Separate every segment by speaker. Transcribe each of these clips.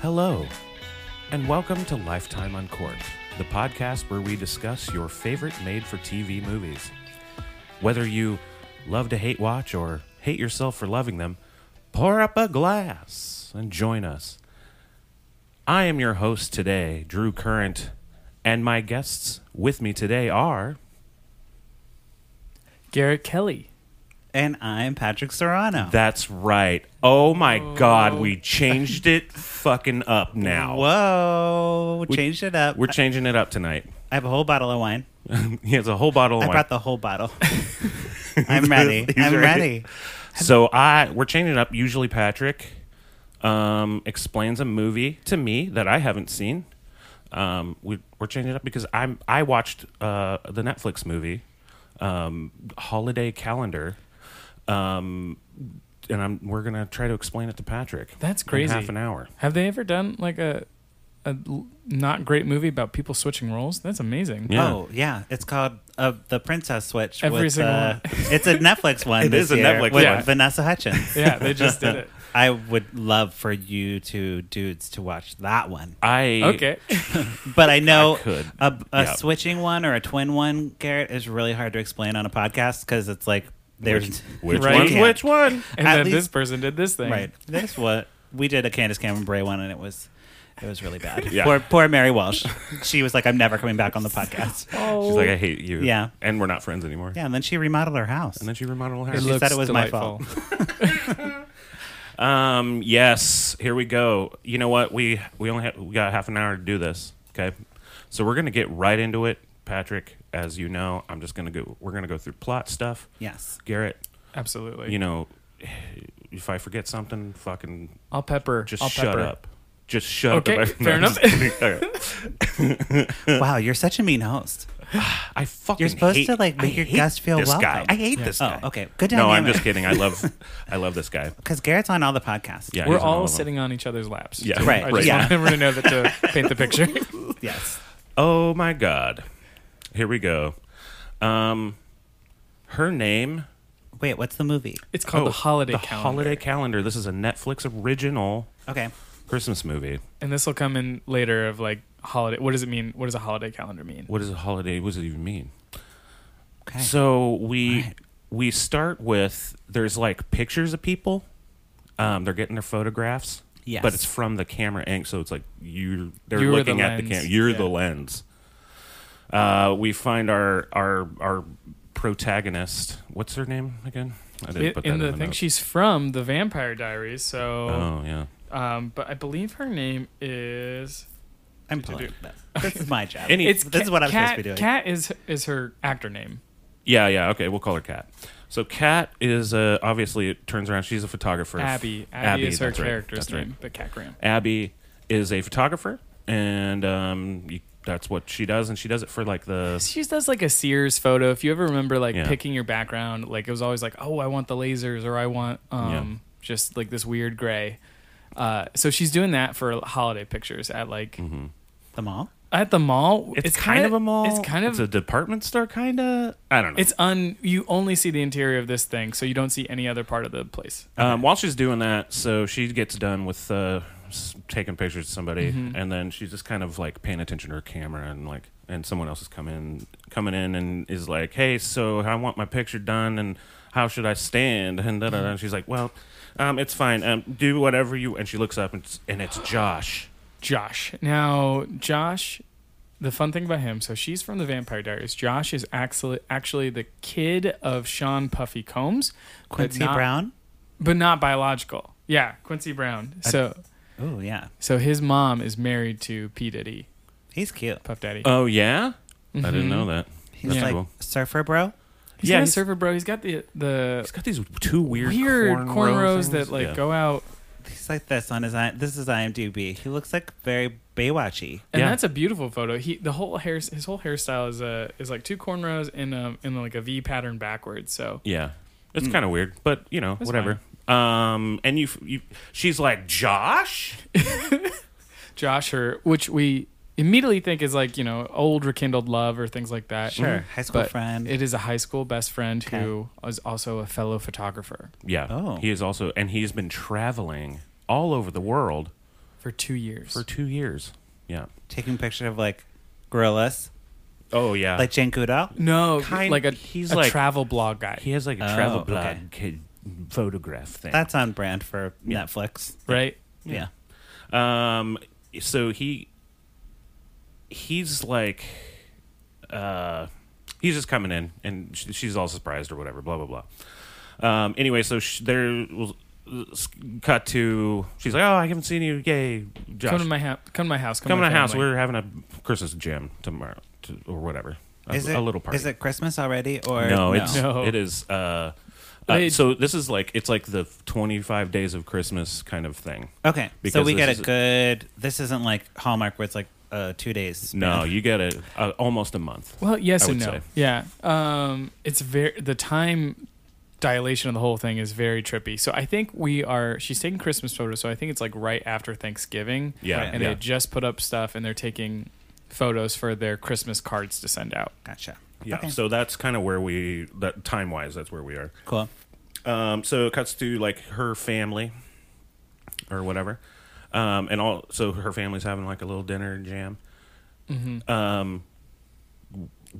Speaker 1: Hello, and welcome to Lifetime Uncorked, the podcast where we discuss your favorite made for TV movies. Whether you love to hate watch or hate yourself for loving them, pour up a glass and join us. I am your host today, Drew Current, and my guests with me today are.
Speaker 2: Garrett Kelly.
Speaker 3: And I'm Patrick Serrano.
Speaker 1: That's right. Oh my god, we changed it fucking up now.
Speaker 3: Whoa. changed it up.
Speaker 1: We're changing it up tonight.
Speaker 3: I have a whole bottle of wine.
Speaker 1: He has a whole bottle of
Speaker 3: I
Speaker 1: wine.
Speaker 3: brought the whole bottle. I'm ready.
Speaker 1: He's
Speaker 3: I'm
Speaker 1: ready.
Speaker 3: ready.
Speaker 1: So I we're changing it up. Usually Patrick um, explains a movie to me that I haven't seen. Um, we, we're changing it up because I'm I watched uh, the Netflix movie um, Holiday Calendar, um, and I'm we're gonna try to explain it to Patrick.
Speaker 2: That's
Speaker 1: in
Speaker 2: crazy.
Speaker 1: half an hour.
Speaker 2: Have they ever done like a a l- not great movie about people switching roles? That's amazing.
Speaker 1: Yeah.
Speaker 3: Oh, yeah. It's called uh, The Princess Switch.
Speaker 2: Every
Speaker 3: with,
Speaker 2: single one.
Speaker 3: uh, It's a Netflix one.
Speaker 1: It
Speaker 3: this
Speaker 1: is a
Speaker 3: year
Speaker 1: Netflix
Speaker 3: with
Speaker 2: one.
Speaker 3: Vanessa Hutchins.
Speaker 2: Yeah, they just did it.
Speaker 3: I would love for you two dudes to watch that one.
Speaker 1: I
Speaker 2: Okay.
Speaker 3: But I know
Speaker 1: I could.
Speaker 3: a, a
Speaker 1: Yeah.
Speaker 3: switching one or a twin one, Garrett, is really hard to explain on a podcast because it's like there's.
Speaker 1: Which
Speaker 2: Right.
Speaker 1: one? Which one?
Speaker 2: And
Speaker 3: At
Speaker 2: then
Speaker 3: least-
Speaker 2: this person did this thing.
Speaker 3: Right. That's what we did a Candace Cameron Bray one, and it was it was really bad.
Speaker 1: Yeah.
Speaker 3: Poor poor Mary Walsh. She was like, "I'm never coming back on the podcast."
Speaker 2: Oh.
Speaker 1: She's like, I hate you.
Speaker 3: Yeah.
Speaker 1: and we're not friends anymore.
Speaker 3: Yeah, and then she remodeled her house.
Speaker 1: and then she remodeled her
Speaker 2: it
Speaker 1: house.
Speaker 3: she
Speaker 2: looks
Speaker 3: said it was my
Speaker 2: delightful.
Speaker 1: Um. Yes. Here we go. You know what? We we only have, we got half an hour to do this. Okay. So we're gonna get right into it, Patrick. As you know, I'm just gonna go. We're gonna go through plot stuff.
Speaker 3: yes.
Speaker 1: Garrett,
Speaker 2: Absolutely.
Speaker 1: you know, if I forget something, fucking
Speaker 2: I'll pepper.
Speaker 1: just
Speaker 2: I'll
Speaker 1: shut
Speaker 2: pepper.
Speaker 1: up. Just shut
Speaker 2: Okay,
Speaker 1: up.
Speaker 2: fair
Speaker 1: I'm just
Speaker 2: enough.
Speaker 1: kidding. All right.
Speaker 3: Wow, you're such a mean host.
Speaker 1: I fucking.
Speaker 3: You're supposed
Speaker 1: hate-
Speaker 3: to, like, make
Speaker 1: I
Speaker 3: your
Speaker 1: hate
Speaker 3: guests feel
Speaker 1: this Guy.
Speaker 3: welcome.
Speaker 1: I hate this guy.
Speaker 3: Oh, okay. Good
Speaker 1: No, I'm
Speaker 3: dynamic.
Speaker 1: just kidding. I love, I love this guy.
Speaker 3: Because Garrett's on all the podcasts.
Speaker 1: Yeah.
Speaker 2: We're
Speaker 1: he's on
Speaker 2: all
Speaker 1: of them.
Speaker 2: sitting on each other's laps.
Speaker 1: Yeah,
Speaker 2: too.
Speaker 3: right,
Speaker 2: I just
Speaker 3: yeah.
Speaker 2: want everyone to know that to paint the picture.
Speaker 3: Yes.
Speaker 1: Oh my God. Here we go. Um, her name.
Speaker 3: Wait, what's the movie?
Speaker 2: It's called
Speaker 1: Oh,
Speaker 2: the holiday
Speaker 1: the
Speaker 2: calendar.
Speaker 1: Holiday Calendar. This is a Netflix original
Speaker 3: Okay.
Speaker 1: Christmas movie.
Speaker 2: And this will come in later of like holiday. What does it mean? What does a holiday calendar mean?
Speaker 1: What is a holiday? What does it even mean?
Speaker 3: Okay.
Speaker 1: So we
Speaker 3: Right.
Speaker 1: we start with there's like pictures of people. Um, they're getting their photographs.
Speaker 3: Yes.
Speaker 1: But it's from the camera angle, so it's like you they're
Speaker 2: You're the
Speaker 1: looking at the
Speaker 2: lens.
Speaker 1: camera. You're the
Speaker 3: Yeah.
Speaker 1: lens. Uh, we find our our our protagonist. What's her name again? I didn't
Speaker 2: It- in the thing,
Speaker 1: notes.
Speaker 2: she's from the Vampire Diaries. So.
Speaker 1: Oh yeah.
Speaker 2: Um, but I believe her name is.
Speaker 3: I'm
Speaker 2: Did you
Speaker 3: pulling
Speaker 2: do-
Speaker 3: up this. This is my job.
Speaker 1: Any-
Speaker 2: It's
Speaker 3: this is what I'm supposed to be doing.
Speaker 2: Cat is is her actor name.
Speaker 1: Yeah, yeah, okay. We'll call her Kat. So Kat is uh, obviously it turns around she's a photographer.
Speaker 2: Abby. Abby. is her
Speaker 1: that's right,
Speaker 2: character's
Speaker 1: that's right.
Speaker 2: name. But Cat Graham.
Speaker 1: Abby is a photographer, and um, you, that's what she does, and she does it for like the
Speaker 2: She does like a Sears photo. If you ever remember, like
Speaker 1: Yeah.
Speaker 2: picking your background, like it was always like, oh, I want the lasers, or I want um just like this weird gray. Uh, so she's doing that for holiday pictures at like
Speaker 3: the mall?
Speaker 2: at the mall.
Speaker 1: Mm-hmm. it's, kind
Speaker 2: kinda-
Speaker 1: of a mall.
Speaker 2: It's kind
Speaker 1: it's
Speaker 2: of
Speaker 1: a department store, kind of. I don't know.
Speaker 2: it's un. You only see the interior of this thing, so you don't see any other part of the place.
Speaker 1: um, while she's doing that, so she gets done with uh, s- taking pictures of somebody,
Speaker 2: Mm-hmm.
Speaker 1: and then she's just kind of like paying attention to her camera, and like, and someone else is coming coming in and is like, "Hey, so I want my picture done, and how should I stand?" And da da da. And she's like, "Well, um, it's fine. Um, do whatever you." And she looks up, and it's, and it's Josh.
Speaker 2: Josh. Now, Josh, the fun thing about him, so she's from the Vampire Diaries. Josh is actually actually the kid of Sean Puffy Combs, but
Speaker 3: Quincy
Speaker 2: not-
Speaker 3: Brown?
Speaker 2: but not biological. Yeah, Quincy Brown. So,
Speaker 3: Oh, yeah.
Speaker 2: so his mom is married to P Diddy,
Speaker 3: He's cute.
Speaker 2: Puff Daddy.
Speaker 1: Oh yeah, I didn't
Speaker 2: Mm-hmm.
Speaker 1: know that.
Speaker 3: He's
Speaker 2: Yeah.
Speaker 3: like
Speaker 1: cool.
Speaker 3: surfer bro.
Speaker 2: he's
Speaker 1: yeah,
Speaker 2: yeah, not a
Speaker 1: he's-
Speaker 2: surfer bro. He's got the the
Speaker 1: He's got these two weird,
Speaker 2: weird
Speaker 1: cornrow
Speaker 2: cornrows
Speaker 1: things.
Speaker 2: that like
Speaker 1: Yeah.
Speaker 2: go out,
Speaker 3: He's like this on his. I- This is IMDb. He looks like very Baywatchy.
Speaker 2: and
Speaker 1: Yeah.
Speaker 2: that's a beautiful photo. He the whole hair his whole hairstyle is uh is like two cornrows in um in like a V pattern backwards. So
Speaker 1: Yeah, it's kind of weird, but you know,
Speaker 2: That's
Speaker 1: whatever. Um, and you, you, she's like Josh.
Speaker 2: Josh her, which we immediately think is like, you know, old rekindled love or things like that.
Speaker 3: Sure,
Speaker 1: Mm-hmm.
Speaker 3: high school
Speaker 2: But
Speaker 3: friend.
Speaker 2: It is a high school best friend who is also a fellow photographer
Speaker 1: Yeah.
Speaker 3: Oh.
Speaker 1: He is also, and he's been traveling all over the world
Speaker 2: for two years.
Speaker 1: for two years. Yeah.
Speaker 3: Taking pictures of like gorillas,
Speaker 1: Oh yeah.
Speaker 3: like Jane Goodall.
Speaker 2: no,
Speaker 1: Kind-
Speaker 2: like a
Speaker 1: he's
Speaker 2: a
Speaker 1: like-
Speaker 2: travel blog guy,
Speaker 1: he has like a
Speaker 3: Oh,
Speaker 1: travel
Speaker 3: okay.
Speaker 1: blog kid photograph thing.
Speaker 3: That's on brand for
Speaker 1: Yeah.
Speaker 3: Netflix.
Speaker 2: right?
Speaker 3: Yeah.
Speaker 1: Um, so he he's like, uh, he's just coming in, and sh- she's all surprised or whatever. Blah blah blah. Um, anyway, so sh- there was s- cut to she's like, oh, I haven't seen you, yay, Josh.
Speaker 2: Come to my house. Come to my house. Come,
Speaker 1: Come to
Speaker 2: my
Speaker 1: my house.
Speaker 2: family.
Speaker 1: We're having a Christmas jam tomorrow to, or whatever. A,
Speaker 3: Is it
Speaker 1: a little party.
Speaker 3: Is it Christmas already? Or
Speaker 1: no, it's
Speaker 2: No.
Speaker 1: it is. Uh, uh,
Speaker 2: They-
Speaker 1: so this is like it's like the twenty five days of Christmas kind of thing.
Speaker 3: okay. So
Speaker 1: because
Speaker 3: we
Speaker 1: this
Speaker 3: get a
Speaker 1: is-
Speaker 3: good. This isn't like Hallmark where it's like uh, two days.
Speaker 1: No,
Speaker 3: span.
Speaker 1: you get a, a almost a month.
Speaker 2: Well, yes
Speaker 1: I
Speaker 2: and
Speaker 1: would
Speaker 2: no.
Speaker 1: say.
Speaker 2: Yeah. Um, it's very the time dilation of the whole thing is very trippy. So I think we are. She's taking Christmas photos, so I think it's like right after Thanksgiving.
Speaker 1: Yeah,
Speaker 3: Right.
Speaker 2: And
Speaker 1: yeah.
Speaker 2: they just put up stuff, and they're taking photos for their Christmas cards to send out.
Speaker 3: gotcha.
Speaker 1: Yeah,
Speaker 3: Okay.
Speaker 1: so that's kind of where we that time wise, that's where we are.
Speaker 3: cool.
Speaker 1: Um, so it cuts to like her family or whatever, um, and all so her family's having like a little dinner jam. Um,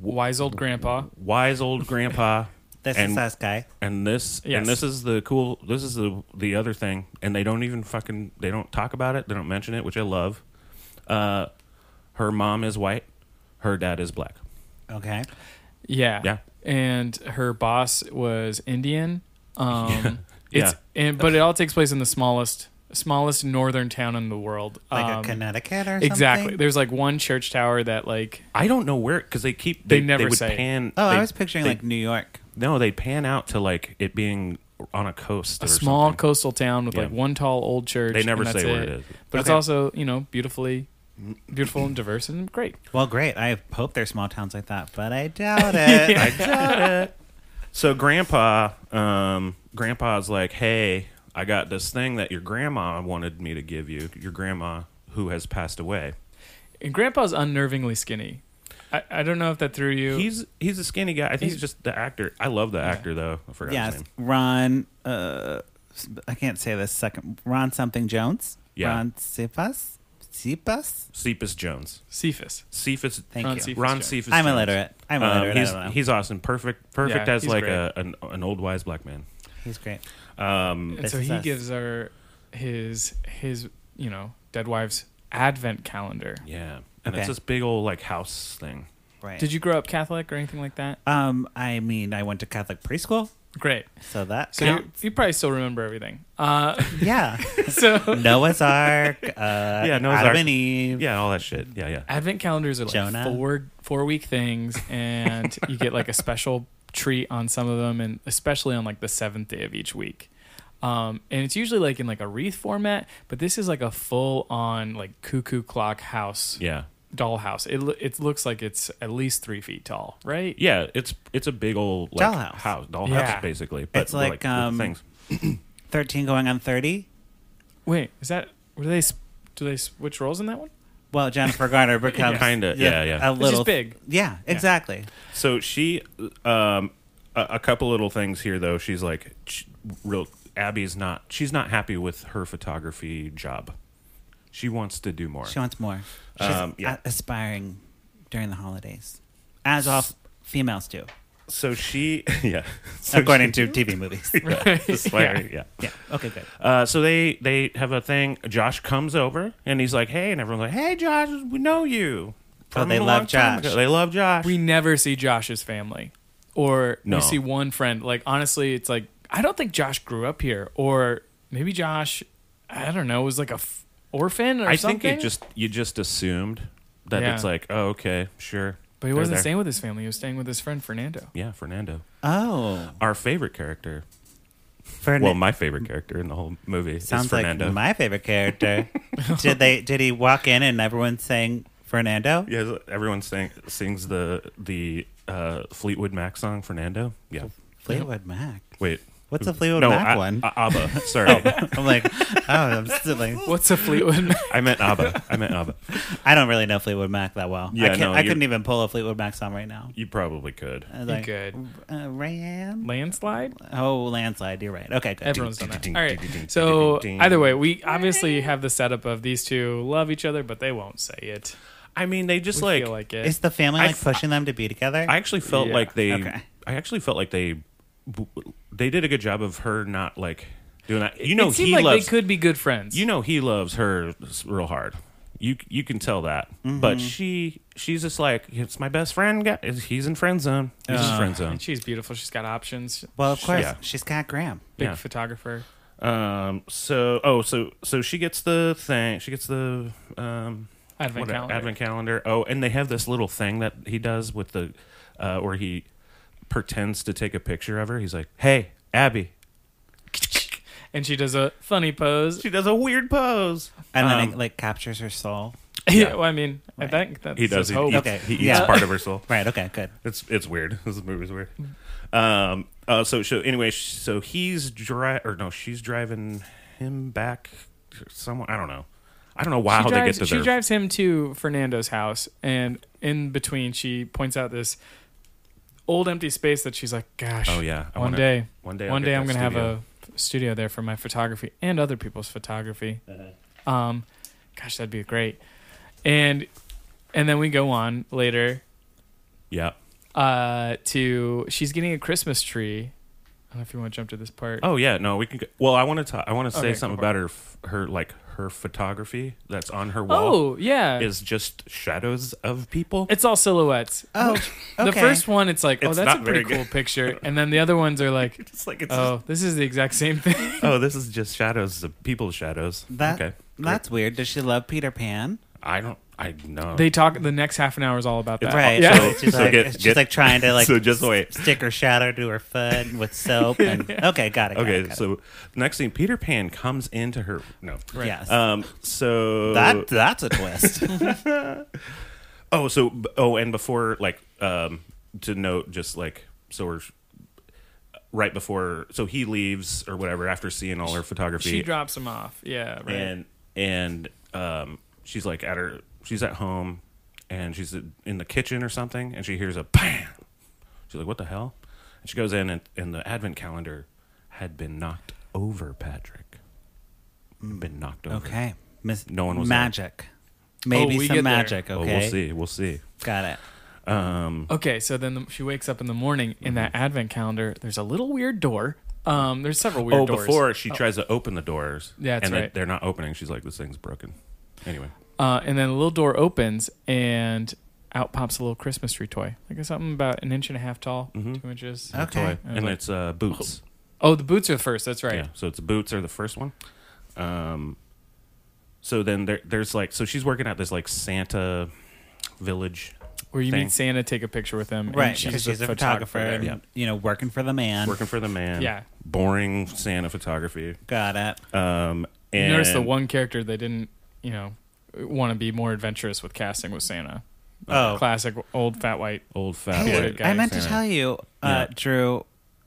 Speaker 2: Wise old grandpa.
Speaker 1: wise old grandpa.
Speaker 3: This
Speaker 1: and,
Speaker 3: is us, guy.
Speaker 1: and this
Speaker 2: Yes.
Speaker 1: and this is the cool. This is the the other thing, and they don't even fucking they don't talk about it. They don't mention it, which I love. Uh, her mom is white. Her dad is black.
Speaker 3: Okay.
Speaker 2: Yeah.
Speaker 1: Yeah.
Speaker 2: And her boss was Indian. Um,
Speaker 1: Yeah.
Speaker 2: It's and but it all takes place in the smallest smallest northern town in the world.
Speaker 3: Like
Speaker 2: Um,
Speaker 3: a Connecticut or
Speaker 2: Exactly.
Speaker 3: something?
Speaker 2: There's like one church tower that like
Speaker 1: I don't know where because they keep
Speaker 2: They never
Speaker 1: would
Speaker 2: say.
Speaker 1: pan.
Speaker 3: Oh,
Speaker 1: they-
Speaker 3: I was picturing
Speaker 1: they-
Speaker 3: like New York.
Speaker 1: No, they pan out to like it being on a coast.
Speaker 2: a
Speaker 1: or
Speaker 2: small
Speaker 1: something.
Speaker 2: coastal town with
Speaker 1: Yeah.
Speaker 2: like one tall old church.
Speaker 1: They never
Speaker 2: and that's
Speaker 1: say where it is.
Speaker 2: But it's
Speaker 3: Okay.
Speaker 2: also you know beautifully, beautiful and diverse and great.
Speaker 3: Well, great. I hope there's small towns like that, but I doubt it.
Speaker 1: I got it. So grandpa, um, grandpa's like, hey, I got this thing that your grandma wanted me to give you. Your grandma who has passed away.
Speaker 2: And Grandpa's unnervingly skinny. I, I don't know if that threw you.
Speaker 1: He's he's a skinny guy. I think he's, just the actor. I love the actor though. I forgot his
Speaker 3: yes,
Speaker 1: name.
Speaker 3: Ron. Uh, I can't say this second. Ron something Jones.
Speaker 1: Yeah.
Speaker 3: Ron Cephas. Cephas.
Speaker 1: Cephas Jones.
Speaker 2: Cephas.
Speaker 1: Cephas.
Speaker 3: Thank
Speaker 2: Ron
Speaker 3: you.
Speaker 2: Cephas.
Speaker 1: Ron
Speaker 2: Jones.
Speaker 1: Cephas.
Speaker 3: I'm
Speaker 1: Jones.
Speaker 3: illiterate. I'm
Speaker 1: Um,
Speaker 3: illiterate.
Speaker 1: he's,
Speaker 3: I don't know.
Speaker 1: he's awesome. Perfect. Perfect
Speaker 2: Yeah,
Speaker 1: as
Speaker 2: he's
Speaker 1: like
Speaker 2: great.
Speaker 1: a, an an old wise black man.
Speaker 3: he's great.
Speaker 1: Um,
Speaker 2: And so
Speaker 3: This is
Speaker 2: he
Speaker 3: us.
Speaker 2: gives her his his you know dead wife's advent calendar.
Speaker 1: yeah, and
Speaker 3: Okay.
Speaker 1: it's this big old like house thing.
Speaker 3: Right.
Speaker 2: Did you grow up Catholic or anything like that?
Speaker 3: Um, I mean, I went to Catholic preschool,
Speaker 2: Great.
Speaker 3: so that
Speaker 2: So you,
Speaker 3: counts.
Speaker 2: you probably still remember everything. Uh,
Speaker 3: yeah.
Speaker 2: so
Speaker 3: Noah's Ark. Uh, yeah,
Speaker 1: Noah's
Speaker 3: Adam
Speaker 1: Ark.
Speaker 3: and Eve.
Speaker 1: Yeah, all that shit. Yeah, yeah.
Speaker 2: Advent calendars are like
Speaker 3: Jonah.
Speaker 2: four four week things, and you get like a special treat on some of them, and especially on like the seventh day of each week. Um, and it's usually like in like a wreath format, but this is like a full on like cuckoo clock house
Speaker 1: Yeah.
Speaker 2: dollhouse. It lo- it looks like it's at least three feet tall, right?
Speaker 1: Yeah, it's it's a big old like,
Speaker 3: Dollhouse.
Speaker 1: house, dollhouse
Speaker 2: Yeah.
Speaker 1: basically. But
Speaker 3: It's like,
Speaker 1: with
Speaker 3: um,
Speaker 1: things.
Speaker 3: Thirteen going on thirty.
Speaker 2: Wait, is that were they s- do they switch roles in that one?
Speaker 3: Well, Jennifer Garner becomes
Speaker 1: Kinda,
Speaker 3: the-
Speaker 1: yeah, yeah.
Speaker 3: a
Speaker 2: It's
Speaker 3: little
Speaker 2: just big.
Speaker 3: Yeah, exactly.
Speaker 1: So she, um, a, a couple little things here though. She's like, sh real Abby's not. She's not happy with her photography job. She wants to do more.
Speaker 3: She wants more. She's
Speaker 1: Um, yeah.
Speaker 3: a- aspiring during the holidays, as all f- females do,
Speaker 1: so she, yeah, so
Speaker 3: according to TV movies.
Speaker 1: she- aspiring, yeah.
Speaker 3: yeah. Okay. Good.
Speaker 1: Uh, so they they have a thing. Josh comes over and he's like, "Hey," and everyone's like, "Hey, Josh, we know you."
Speaker 3: Oh,
Speaker 1: from
Speaker 3: they
Speaker 1: a
Speaker 3: love
Speaker 1: long time
Speaker 3: Josh.
Speaker 1: ago." They love Josh.
Speaker 2: We never see Josh's family, or
Speaker 1: No.
Speaker 2: we see one friend. Like honestly, it's like I don't think Josh grew up here, or maybe Josh, I don't know, was like a f- orphan or
Speaker 1: I
Speaker 2: something.
Speaker 1: think it just you just assumed that
Speaker 2: Yeah.
Speaker 1: it's like, oh, okay, sure.
Speaker 2: but he
Speaker 1: They're
Speaker 2: wasn't
Speaker 1: there.
Speaker 2: staying with his family. He was staying with his friend Fernando.
Speaker 1: Yeah, Fernando,
Speaker 3: Oh,
Speaker 1: our favorite character.
Speaker 3: Fern-
Speaker 1: Well, my favorite character in the whole movie is
Speaker 3: sounds like
Speaker 1: Fernando.
Speaker 3: my favorite character. did they? Did he walk in and everyone sang Fernando?
Speaker 1: yeah, everyone sing, sings the the uh, Fleetwood Mac song, Fernando. Yeah.
Speaker 3: Fleetwood Mac.
Speaker 1: Wait,
Speaker 3: What's a Fleetwood
Speaker 1: no,
Speaker 3: Mac
Speaker 1: I-
Speaker 3: one?
Speaker 1: I- ABBA. Sorry,
Speaker 3: I'm like, oh, I'm still like,
Speaker 2: What's a Fleetwood Mac?
Speaker 1: I meant ABBA. I meant ABBA.
Speaker 3: I don't really know Fleetwood Mac that well.
Speaker 1: Yeah,
Speaker 3: I, can't,
Speaker 1: no,
Speaker 3: I
Speaker 1: you're-
Speaker 3: couldn't even pull a Fleetwood Mac song right now.
Speaker 1: You probably could.
Speaker 3: I was
Speaker 2: You
Speaker 3: like,
Speaker 2: could.
Speaker 3: Uh, Ram.
Speaker 2: Landslide?
Speaker 3: Oh, landslide. You're right. Okay, good.
Speaker 2: Everyone's done that. All right. So either way, we obviously have the setup of these two love each other, but they won't say it.
Speaker 1: I mean, they just
Speaker 2: We
Speaker 1: like,
Speaker 2: feel like it.
Speaker 3: Is the family
Speaker 1: I
Speaker 3: like
Speaker 1: f-
Speaker 3: pushing them to be together?
Speaker 1: I actually felt
Speaker 2: Yeah.
Speaker 1: like they.
Speaker 3: Okay.
Speaker 1: I actually felt like they. They did a good job of her not like doing that. You know,
Speaker 2: it seemed
Speaker 1: he
Speaker 2: like
Speaker 1: loves.
Speaker 2: they could be good friends.
Speaker 1: you know, he loves her s- real hard. You you can tell that,
Speaker 2: Mm-hmm.
Speaker 1: but she she's just like it's my best friend. guy. He's in friend zone. He's in friend zone.
Speaker 2: and she's beautiful. She's got options.
Speaker 3: well, of course.
Speaker 1: Yeah.
Speaker 3: She's got Graham.
Speaker 2: Big
Speaker 1: Yeah.
Speaker 2: photographer.
Speaker 1: Um. So oh so so she gets the thing. She gets the um
Speaker 2: Advent
Speaker 1: what-
Speaker 2: calendar.
Speaker 1: advent calendar. Oh, and they have this little thing that he does with the uh, where he pretends to take a picture of her. He's like, "Hey, Abby."
Speaker 2: And she does a funny pose.
Speaker 1: She does a weird pose.
Speaker 3: And then
Speaker 1: Um,
Speaker 3: it like captures her soul.
Speaker 2: Yeah. well, I mean, I think that's
Speaker 1: he does.
Speaker 2: his
Speaker 1: He,
Speaker 2: hope.
Speaker 1: eats,
Speaker 3: Okay.
Speaker 1: he eats
Speaker 3: Yeah.
Speaker 1: part of her soul.
Speaker 3: Right. Okay. Good.
Speaker 1: It's it's weird. This movie's weird. Um. Uh. So so anyway. sh- So he's dri or no, she's driving him back. Somewhere. I don't know. I don't know why
Speaker 2: She
Speaker 1: how they get
Speaker 2: drives,
Speaker 1: to
Speaker 2: she
Speaker 1: their.
Speaker 2: drives him to Fernando's house, and in between, she points out this old empty space that she's like, "Gosh,
Speaker 1: oh yeah. I
Speaker 2: one
Speaker 1: wanna-
Speaker 2: day,
Speaker 1: One day. I'll
Speaker 2: one
Speaker 1: get
Speaker 2: day
Speaker 1: that
Speaker 2: I'm gonna have
Speaker 1: studio.
Speaker 2: a studio there for my photography and other people's photography."
Speaker 1: Uh-huh.
Speaker 2: Um, gosh, that'd be great. And and then we go on later
Speaker 1: Yeah.
Speaker 2: uh, to she's getting a Christmas tree. I don't know if you want to jump to this part.
Speaker 1: Oh yeah, no, we can. Go, well, I want to talk. I want to say
Speaker 2: Okay, go
Speaker 1: something
Speaker 2: for
Speaker 1: about her, f- her like her photography that's on her wall
Speaker 2: Oh, yeah,
Speaker 1: is just shadows of people.
Speaker 2: it's all silhouettes.
Speaker 3: Oh, okay.
Speaker 2: The first one, it's like, oh,
Speaker 1: It's
Speaker 2: that's a
Speaker 1: not very
Speaker 2: pretty cool picture, and then the other ones are like,
Speaker 1: It's like it's
Speaker 2: Oh, this is the exact same thing.
Speaker 1: oh, this is just shadows of people's shadows.
Speaker 3: That,
Speaker 1: okay,
Speaker 3: That's weird. Does she love Peter Pan?
Speaker 1: I don't. I know.
Speaker 2: They talk. The next half an hour is all about that.
Speaker 3: Right.
Speaker 2: Uh, Yeah.
Speaker 3: So, she's,
Speaker 1: So
Speaker 3: like,
Speaker 1: get-
Speaker 3: she's
Speaker 1: get-
Speaker 3: like trying to like
Speaker 1: so just wait.
Speaker 3: stick her shadow to her foot with soap. And okay, got it. got it,
Speaker 1: Okay,
Speaker 3: got it.
Speaker 1: so next thing, Peter Pan comes into her. No.
Speaker 2: Right.
Speaker 3: yes,
Speaker 1: Um. So
Speaker 3: that that's a twist.
Speaker 1: Oh, so oh, and before like um to note just like so we're uh, right before so he leaves or whatever after seeing all her photography
Speaker 2: She drops him off. Yeah. Right.
Speaker 1: and and um she's like at her she's at home and she's in the kitchen or something and she hears a bam. She's like, "What the hell?" And she goes in and, and the advent calendar had been knocked over, Patrick. Been knocked over.
Speaker 3: okay, Miss
Speaker 1: No one was there.
Speaker 3: magic. Maybe
Speaker 2: Oh, we get
Speaker 3: some
Speaker 2: there.
Speaker 3: magic.
Speaker 1: Oh,
Speaker 3: Okay,
Speaker 1: we'll see. We'll see.
Speaker 3: got it.
Speaker 1: Um,
Speaker 2: okay. So then the, she wakes up in the morning in that
Speaker 1: Mm-hmm.
Speaker 2: advent calendar. There's a little weird door. Um. There's several weird
Speaker 1: oh,
Speaker 2: doors.
Speaker 1: before she tries to open the doors.
Speaker 2: Yeah, that's
Speaker 1: and they-
Speaker 2: right.
Speaker 1: They're not opening. She's like, this thing's broken. Anyway.
Speaker 2: Uh. And then the little door opens and out pops a little Christmas tree toy. Like something about an inch and a half tall,
Speaker 1: Mm-hmm.
Speaker 2: two inches.
Speaker 3: Okay.
Speaker 1: Toy.
Speaker 2: I was
Speaker 1: And
Speaker 2: like-
Speaker 1: it's uh, boots.
Speaker 2: Oh, the boots are first. That's right.
Speaker 1: Yeah. So it's boots are the first one. Um, so then there, there's like, so she's working at this like Santa village.
Speaker 2: Where you
Speaker 1: Thing.
Speaker 2: meet Santa, take a picture with him. and
Speaker 3: Right, because she's, a photographer,
Speaker 2: there.
Speaker 3: and, you know, working for the man.
Speaker 1: Working for the man.
Speaker 2: Yeah.
Speaker 1: Boring Santa photography.
Speaker 3: Got it.
Speaker 1: Um, and
Speaker 2: You notice the one character they didn't, you know, want to be more adventurous with casting was Santa.
Speaker 3: Oh.
Speaker 2: classic old fat white.
Speaker 1: old fat
Speaker 2: Hey,
Speaker 1: white
Speaker 2: guy.
Speaker 3: I meant to
Speaker 1: Santa.
Speaker 3: tell you,
Speaker 1: Yeah.
Speaker 3: uh,
Speaker 1: Mm-hmm.
Speaker 3: Drew,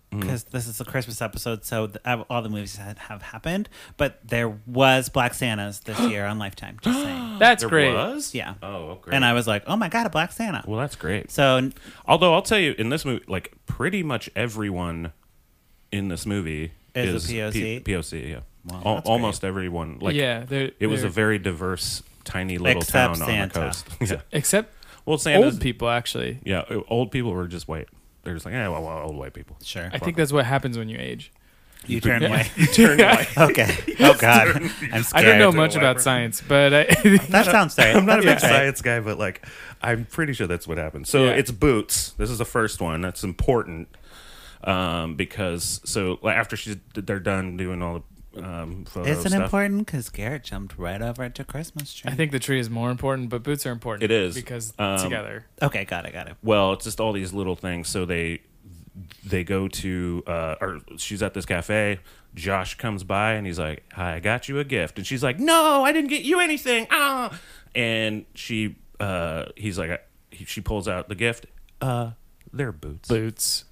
Speaker 3: because this is a Christmas episode, so th- uh, all the movies had, have happened, but there was Black Santas this year on Lifetime. Just saying.
Speaker 2: That's
Speaker 1: There
Speaker 2: great.
Speaker 1: was?
Speaker 3: Yeah.
Speaker 1: Oh, great.
Speaker 3: And I was like, oh my God, a Black Santa.
Speaker 1: well, that's great.
Speaker 3: So
Speaker 1: Although I'll tell you, in this movie, like pretty much everyone in this movie
Speaker 3: Is a
Speaker 1: is,
Speaker 3: POC?
Speaker 1: P- POC, yeah.
Speaker 3: Wow,
Speaker 1: Al-
Speaker 3: that's
Speaker 1: almost everyone. Like,
Speaker 2: yeah, they're,
Speaker 1: it was
Speaker 2: they're-
Speaker 1: a very diverse, tiny little
Speaker 3: Except
Speaker 1: town
Speaker 3: Santa.
Speaker 1: on the coast. yeah.
Speaker 2: except
Speaker 1: Well, Santa's,
Speaker 2: old people actually.
Speaker 1: yeah, o- old people were just white. They're just like, yeah, well, well, old white people.
Speaker 3: sure,
Speaker 2: I think that's what happens when you age.
Speaker 3: you turn white.
Speaker 1: You turn white.
Speaker 3: okay. Oh God, I'm
Speaker 2: I
Speaker 3: scared.
Speaker 2: don't know
Speaker 1: to
Speaker 2: much
Speaker 1: a
Speaker 2: about
Speaker 1: leopard.
Speaker 2: science, but I,
Speaker 3: That sounds right.
Speaker 1: I'm not a big
Speaker 3: That's right.
Speaker 1: science guy, but like, I'm pretty sure that's what happened. So
Speaker 2: Yeah.
Speaker 1: it's boots. This is the first one. That's important um, because so like, after she's they're done doing all the um, photo
Speaker 3: It's an
Speaker 1: stuff.
Speaker 3: important because Garrett jumped right over to Christmas tree.
Speaker 2: I think the tree is more important, but boots are important.
Speaker 1: It is.
Speaker 2: because
Speaker 1: Um,
Speaker 2: together.
Speaker 3: Okay, got it, got it.
Speaker 1: well it's just all these little things so they they go to uh or she's at this cafe josh comes by and he's like hi i got you a gift and she's like no i didn't get you anything ah and she uh he's like he, she pulls out the gift uh they're boots
Speaker 2: Boots.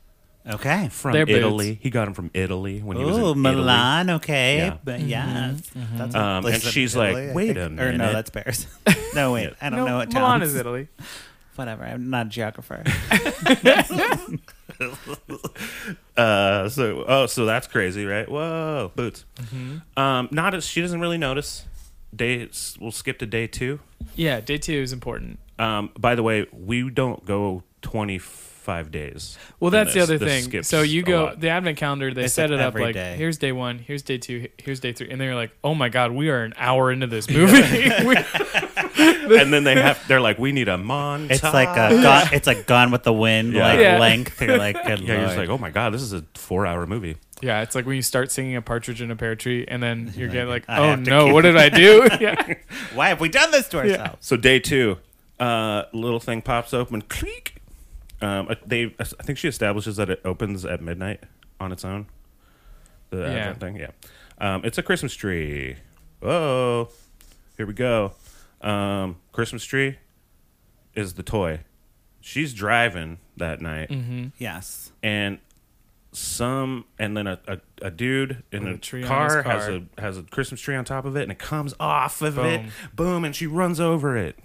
Speaker 3: Okay.
Speaker 1: From
Speaker 2: Their boots. Oh,
Speaker 1: Italy. He got him from Italy when he was in
Speaker 3: Ooh,
Speaker 1: Italy.
Speaker 3: Milan. Okay.
Speaker 1: Yeah.
Speaker 3: But
Speaker 2: Mm-hmm.
Speaker 3: yes.
Speaker 4: That's
Speaker 1: Um,
Speaker 4: place
Speaker 1: and
Speaker 4: in
Speaker 1: she's
Speaker 4: Italy,
Speaker 1: like,
Speaker 4: I
Speaker 1: "Wait
Speaker 4: think."
Speaker 1: a
Speaker 3: Or
Speaker 1: minute."
Speaker 3: no, that's Paris. no, wait. I don't know what town.
Speaker 2: Milan is Italy.
Speaker 3: Whatever. I'm not a geographer.
Speaker 1: Uh, so oh, so that's crazy, right? Whoa, boots. Um, not as she doesn't really notice. Day we'll skip to day two.
Speaker 2: Yeah, day two is important.
Speaker 1: Um, by the way, we don't go twenty five days.
Speaker 2: Well,
Speaker 1: in
Speaker 2: that's
Speaker 1: this.
Speaker 2: the other
Speaker 1: This
Speaker 2: thing.
Speaker 1: skips
Speaker 2: So you
Speaker 1: a
Speaker 2: go
Speaker 1: lot.
Speaker 2: the advent calendar. They
Speaker 3: It's
Speaker 2: set
Speaker 3: like
Speaker 2: it up
Speaker 3: every
Speaker 2: like
Speaker 3: day.
Speaker 2: here's day one, here's day two, he- here's day three, and they're like, oh my god, we are an hour into this movie. We-
Speaker 1: and then they have. They're like, we need a montage.
Speaker 3: It's like a gone, it's like Gone with the Wind
Speaker 1: Yeah.
Speaker 3: like
Speaker 2: Yeah.
Speaker 3: length. You're like, good
Speaker 1: yeah. You're just like,
Speaker 3: lord.
Speaker 1: oh my god, this is a four hour movie.
Speaker 2: yeah, it's like when you start singing a partridge in a pear tree, and then you're getting like,
Speaker 3: I
Speaker 2: oh
Speaker 3: have to
Speaker 2: no,
Speaker 3: keep-
Speaker 2: what did I do? yeah.
Speaker 3: Why have we done this to
Speaker 2: Yeah.
Speaker 3: ourselves?
Speaker 1: So day two, uh, little thing pops open. Cleek. Um, they. I think she establishes that it opens at midnight on its own. The advent thing. Yeah. Um, it's a Christmas tree. Whoa. Here we go. Um, Christmas tree is the toy. She's driving that night,
Speaker 2: Mm-hmm.
Speaker 3: Yes.
Speaker 1: and some, and then a, a, a dude in
Speaker 2: With
Speaker 1: a,
Speaker 2: a tree on
Speaker 1: car,
Speaker 2: his car.
Speaker 1: has a has a Christmas tree on top of it, and it comes off of it.
Speaker 2: Boom.
Speaker 1: Boom, and she runs over it.